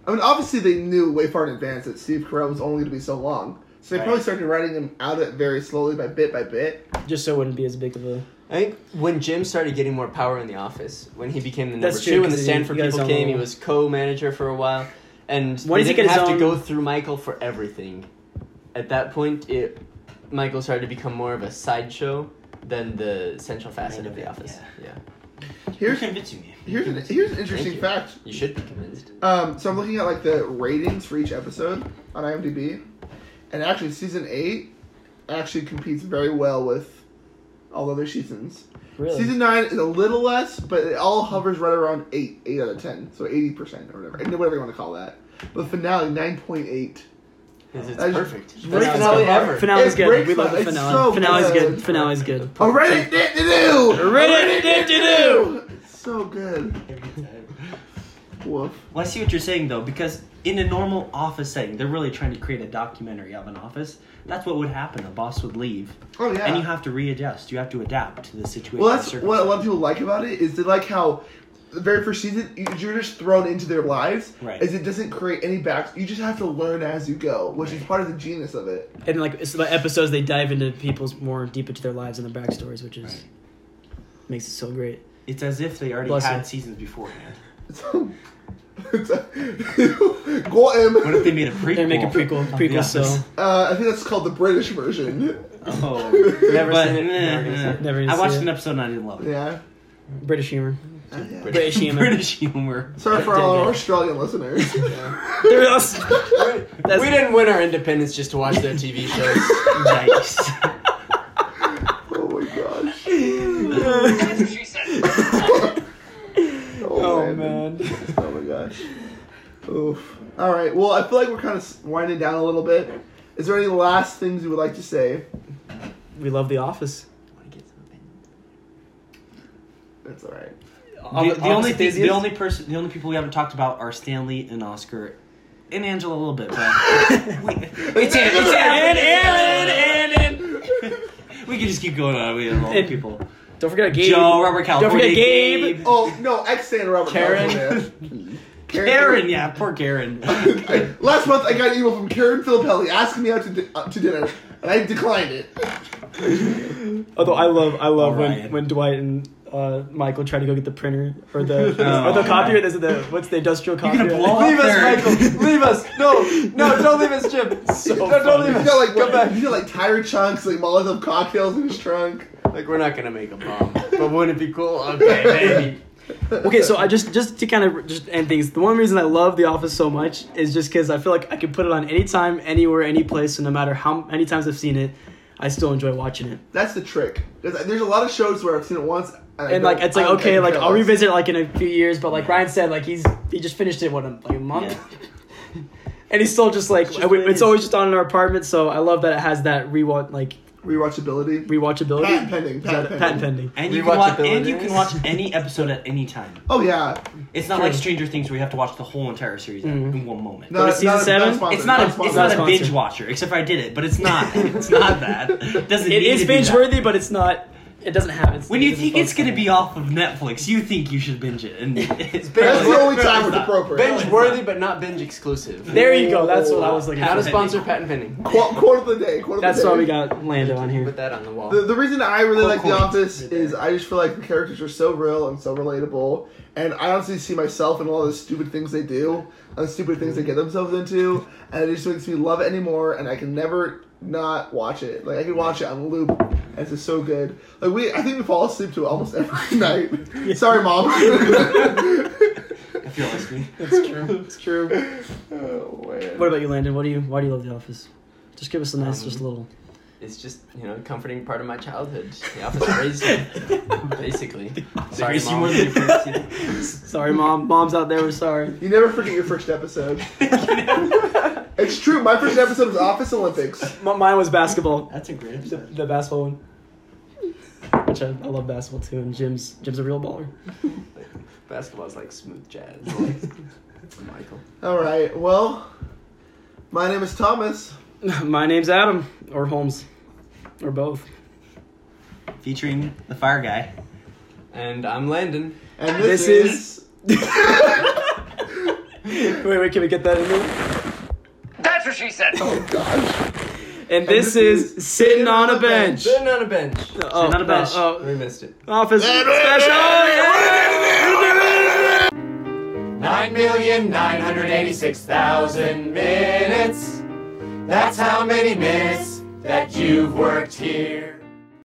S3: I mean, obviously they knew way far in advance that Steve Carell was only going to be so long, so they
S5: Right.
S3: probably started writing him out of it very slowly, by bit by bit.
S2: just so it wouldn't be as big of a
S4: I think when Jim started getting more power in the office, when he became the number
S2: That's true,
S4: two, when the
S2: 'cause he-
S4: Stanford
S2: he got his
S4: people
S2: own
S4: came, he
S2: little-
S4: was co-manager for a while, and
S2: Why
S4: they
S2: does he
S4: didn't
S2: get his
S4: have
S2: own-
S4: to go through Michael for everything. At that point, it Michael started to become more of a sideshow than the central facet
S5: Main
S4: of the
S5: event,
S4: office. Yeah.
S5: You're
S3: Here's
S5: convincing me.
S3: here's an, here's an interesting
S4: you.
S3: fact.
S4: You should be convinced.
S3: Um, so I'm looking at like the ratings for each episode on IMDb, and actually season eight actually competes very well with all other seasons.
S2: Really?
S3: Season nine is a little less, but it all hovers right around eight, eight out of ten, so eighty percent or whatever, whatever you want to call that. But finale nine point eight.
S4: It's
S3: That's-
S4: perfect.
S3: Great
S4: finale
S3: so far.
S4: ever.
S2: Finale's
S3: It
S2: good.
S3: breaks
S2: We love
S3: my-
S2: the
S3: it's
S2: finale.
S3: so
S2: Finale's
S3: good.
S2: good. Finale's good.
S3: A Reddit did to do. A
S2: Reddit did to do.
S3: So good. Woof.
S5: Well, I see what you're saying though, because in a normal office setting, they're really trying to create a documentary of an office. That's what would happen. A boss would leave,
S3: Oh yeah.
S5: and you have to readjust. You have to adapt to the situation.
S3: Well, that's
S5: and
S3: what a lot of people like about it is they like how the very first season you- you're just thrown into their lives.
S5: Right.
S3: Is it doesn't create any back. You just have to learn as you go, which is part of the genius of it.
S2: And like it's about episodes, they dive into people's more deep into their lives and their backstories, which is makes it so great.
S5: It's as if they already
S2: Bless
S5: had
S2: you.
S5: seasons beforehand.
S3: So, it's a, go M.
S5: What if they made a prequel?
S2: They make a prequel.
S5: of The
S2: Prequel. So
S5: Office?
S3: Uh, I think that's called the British version.
S5: Oh,
S4: Never
S5: but,
S4: seen it.
S5: eh,
S4: Never gonna see it.
S5: eh.
S2: Never gonna
S5: I
S2: see
S5: watched
S2: it.
S5: an episode and I didn't love it.
S3: Yeah.
S2: British humor.
S3: Uh, yeah.
S2: British humor.
S5: British humor.
S3: Sorry for all our Australian listeners.
S2: There it is. That's-
S4: we didn't win our independence just to watch their TV shows.
S5: Yikes.
S3: oh my gosh. oh, Oh my gosh. Oof. All right. Well, I feel like we're kind of winding down a little bit. Is there any last things you would like to say?
S2: we love The Office.
S3: That's all right.
S5: the, the only thing,
S4: thing
S5: the only person, the only people we haven't talked about are Stanley and Oscar, and Angela a little bit, but we, it's An- it's An-
S2: and and
S5: we can just keep going on. We have all the
S2: And-
S5: people.
S2: Don't forget Gabe.
S5: Joe, Robert California,
S2: forget Gabe.
S3: Oh no, ex Santa Robert.
S5: Karen.
S3: California.
S5: Karen, yeah, poor Karen.
S3: I- last month I got an email from Karen Filippelli asking me out to, di- uh, to dinner, and I declined it.
S2: Although I love, I love
S5: Oh,
S2: when,
S5: Ryan.
S2: when Dwight and uh, Michael try to go get the printer or the
S5: Oh,
S2: or the
S5: man.
S2: copier. This is the what's the industrial copier?
S5: gonna blow up
S4: Leave us,
S5: there.
S4: Michael. Leave us. No, no, don't leave us, Jim. no,
S2: Oh,
S4: don't leave
S3: You
S4: us.
S3: got like
S4: Come
S3: what,
S4: back.
S3: you got like tire chunks, like Molotov cocktails in his trunk.
S4: Like we're not gonna make a bomb, but wouldn't it be cool? Okay, maybe.
S2: okay, so I just just to kind of just end things. The one reason I love The Office so much is just because I feel like I can put it on anytime, anywhere, any place, and no matter how many times I've seen it, I still enjoy watching it.
S3: That's the trick. There's, there's a lot of shows where I've seen it once, and, I
S2: And
S3: don't-
S2: like it's like
S3: I don't
S2: okay,
S3: care
S2: like
S3: less.
S2: I'll revisit it like in a few years, but like Ryan said, like he's he just finished it what a, like a month. And he's still just like it's,
S5: just what it is.
S2: always just on in our apartment, so I love that it has that rewatch like
S3: Rewatchability.
S2: rewatchability.
S3: Patent pending,
S2: Is that
S3: patent
S2: it?
S3: pending.
S2: patent pending.
S5: And you, can watch, and
S4: Rewatchability.
S5: you can watch any episode at any time.
S3: Oh yeah.
S5: It's not like Stranger Things where you have to watch the whole entire series in one moment.
S3: Not-
S2: season
S3: not a-
S2: seven?
S3: sponsored,
S5: It's not, a, it's
S3: sponsored.
S5: not a
S2: Not
S5: binge
S2: sponsored.
S5: watcher, except for I did it, but it's not. It's not that. It doesn't
S2: It
S5: need
S2: is
S5: to be
S2: binge
S5: that.
S2: worthy, but it's not. It doesn't have. It's,
S5: When you
S2: it doesn't
S5: think it's
S2: focus on
S5: going to
S2: it.
S5: be off of Netflix, you think you should binge it. And it's
S3: That's
S5: barely-
S3: the only time
S5: it's
S3: it's
S5: not.
S3: appropriate.
S4: Binge worthy, but not binge exclusive.
S2: there, you go. That's what I was looking
S4: Not a
S2: for.
S4: sponsor, patent pending.
S3: Quote, quote of the day. Quote of
S2: That's
S3: the day.
S2: why we got Lando on here.
S4: Put that on the wall.
S3: The, the reason I really like The
S4: cool.
S3: Office is I just feel like the characters are so real and so relatable, and I honestly see myself in all the stupid things they do, and the stupid things they get themselves into, and it just makes me love it anymore, and I can never not watch it. Like I can watch it on loop, and it's just so good. Like we, I think we fall asleep to it almost every night. Sorry, mom.
S5: If you're listening.
S4: It's true.
S3: oh man.
S2: What about you, Landon? What do you? Why do you love The Office? Just give us a nice, just little.
S4: It's just you know comforting part of my childhood. The office raised me, basically. Sorry,
S5: raised you
S4: mom.
S5: more than
S2: Sorry, mom. Mom's out there. We're sorry.
S3: You never forget your first episode. it's true. My first episode was Office Olympics.
S2: M- mine was basketball.
S5: That's a great
S2: The,
S5: episode.
S2: the basketball one. Which I, I love basketball too, and Jim's Jim's a real baller.
S4: Basketball's like smooth jazz. Like, Michael.
S3: All right. Well, my name is Thomas.
S2: My name's Adam or Holmes, or both.
S5: Featuring the fire guy.
S4: And I'm Landon.
S3: And
S2: This is- Wait, wait. Can we get that in there?
S7: That's what she said.
S3: Oh gosh.
S2: And this, is sitting on a bench.
S4: Sitting on a bench.
S2: Oh,
S5: on a bench.
S2: oh,
S4: We missed it.
S2: oh. office special.
S7: Nine million nine hundred eighty-six thousand minutes. That's how many minutes that you've worked here.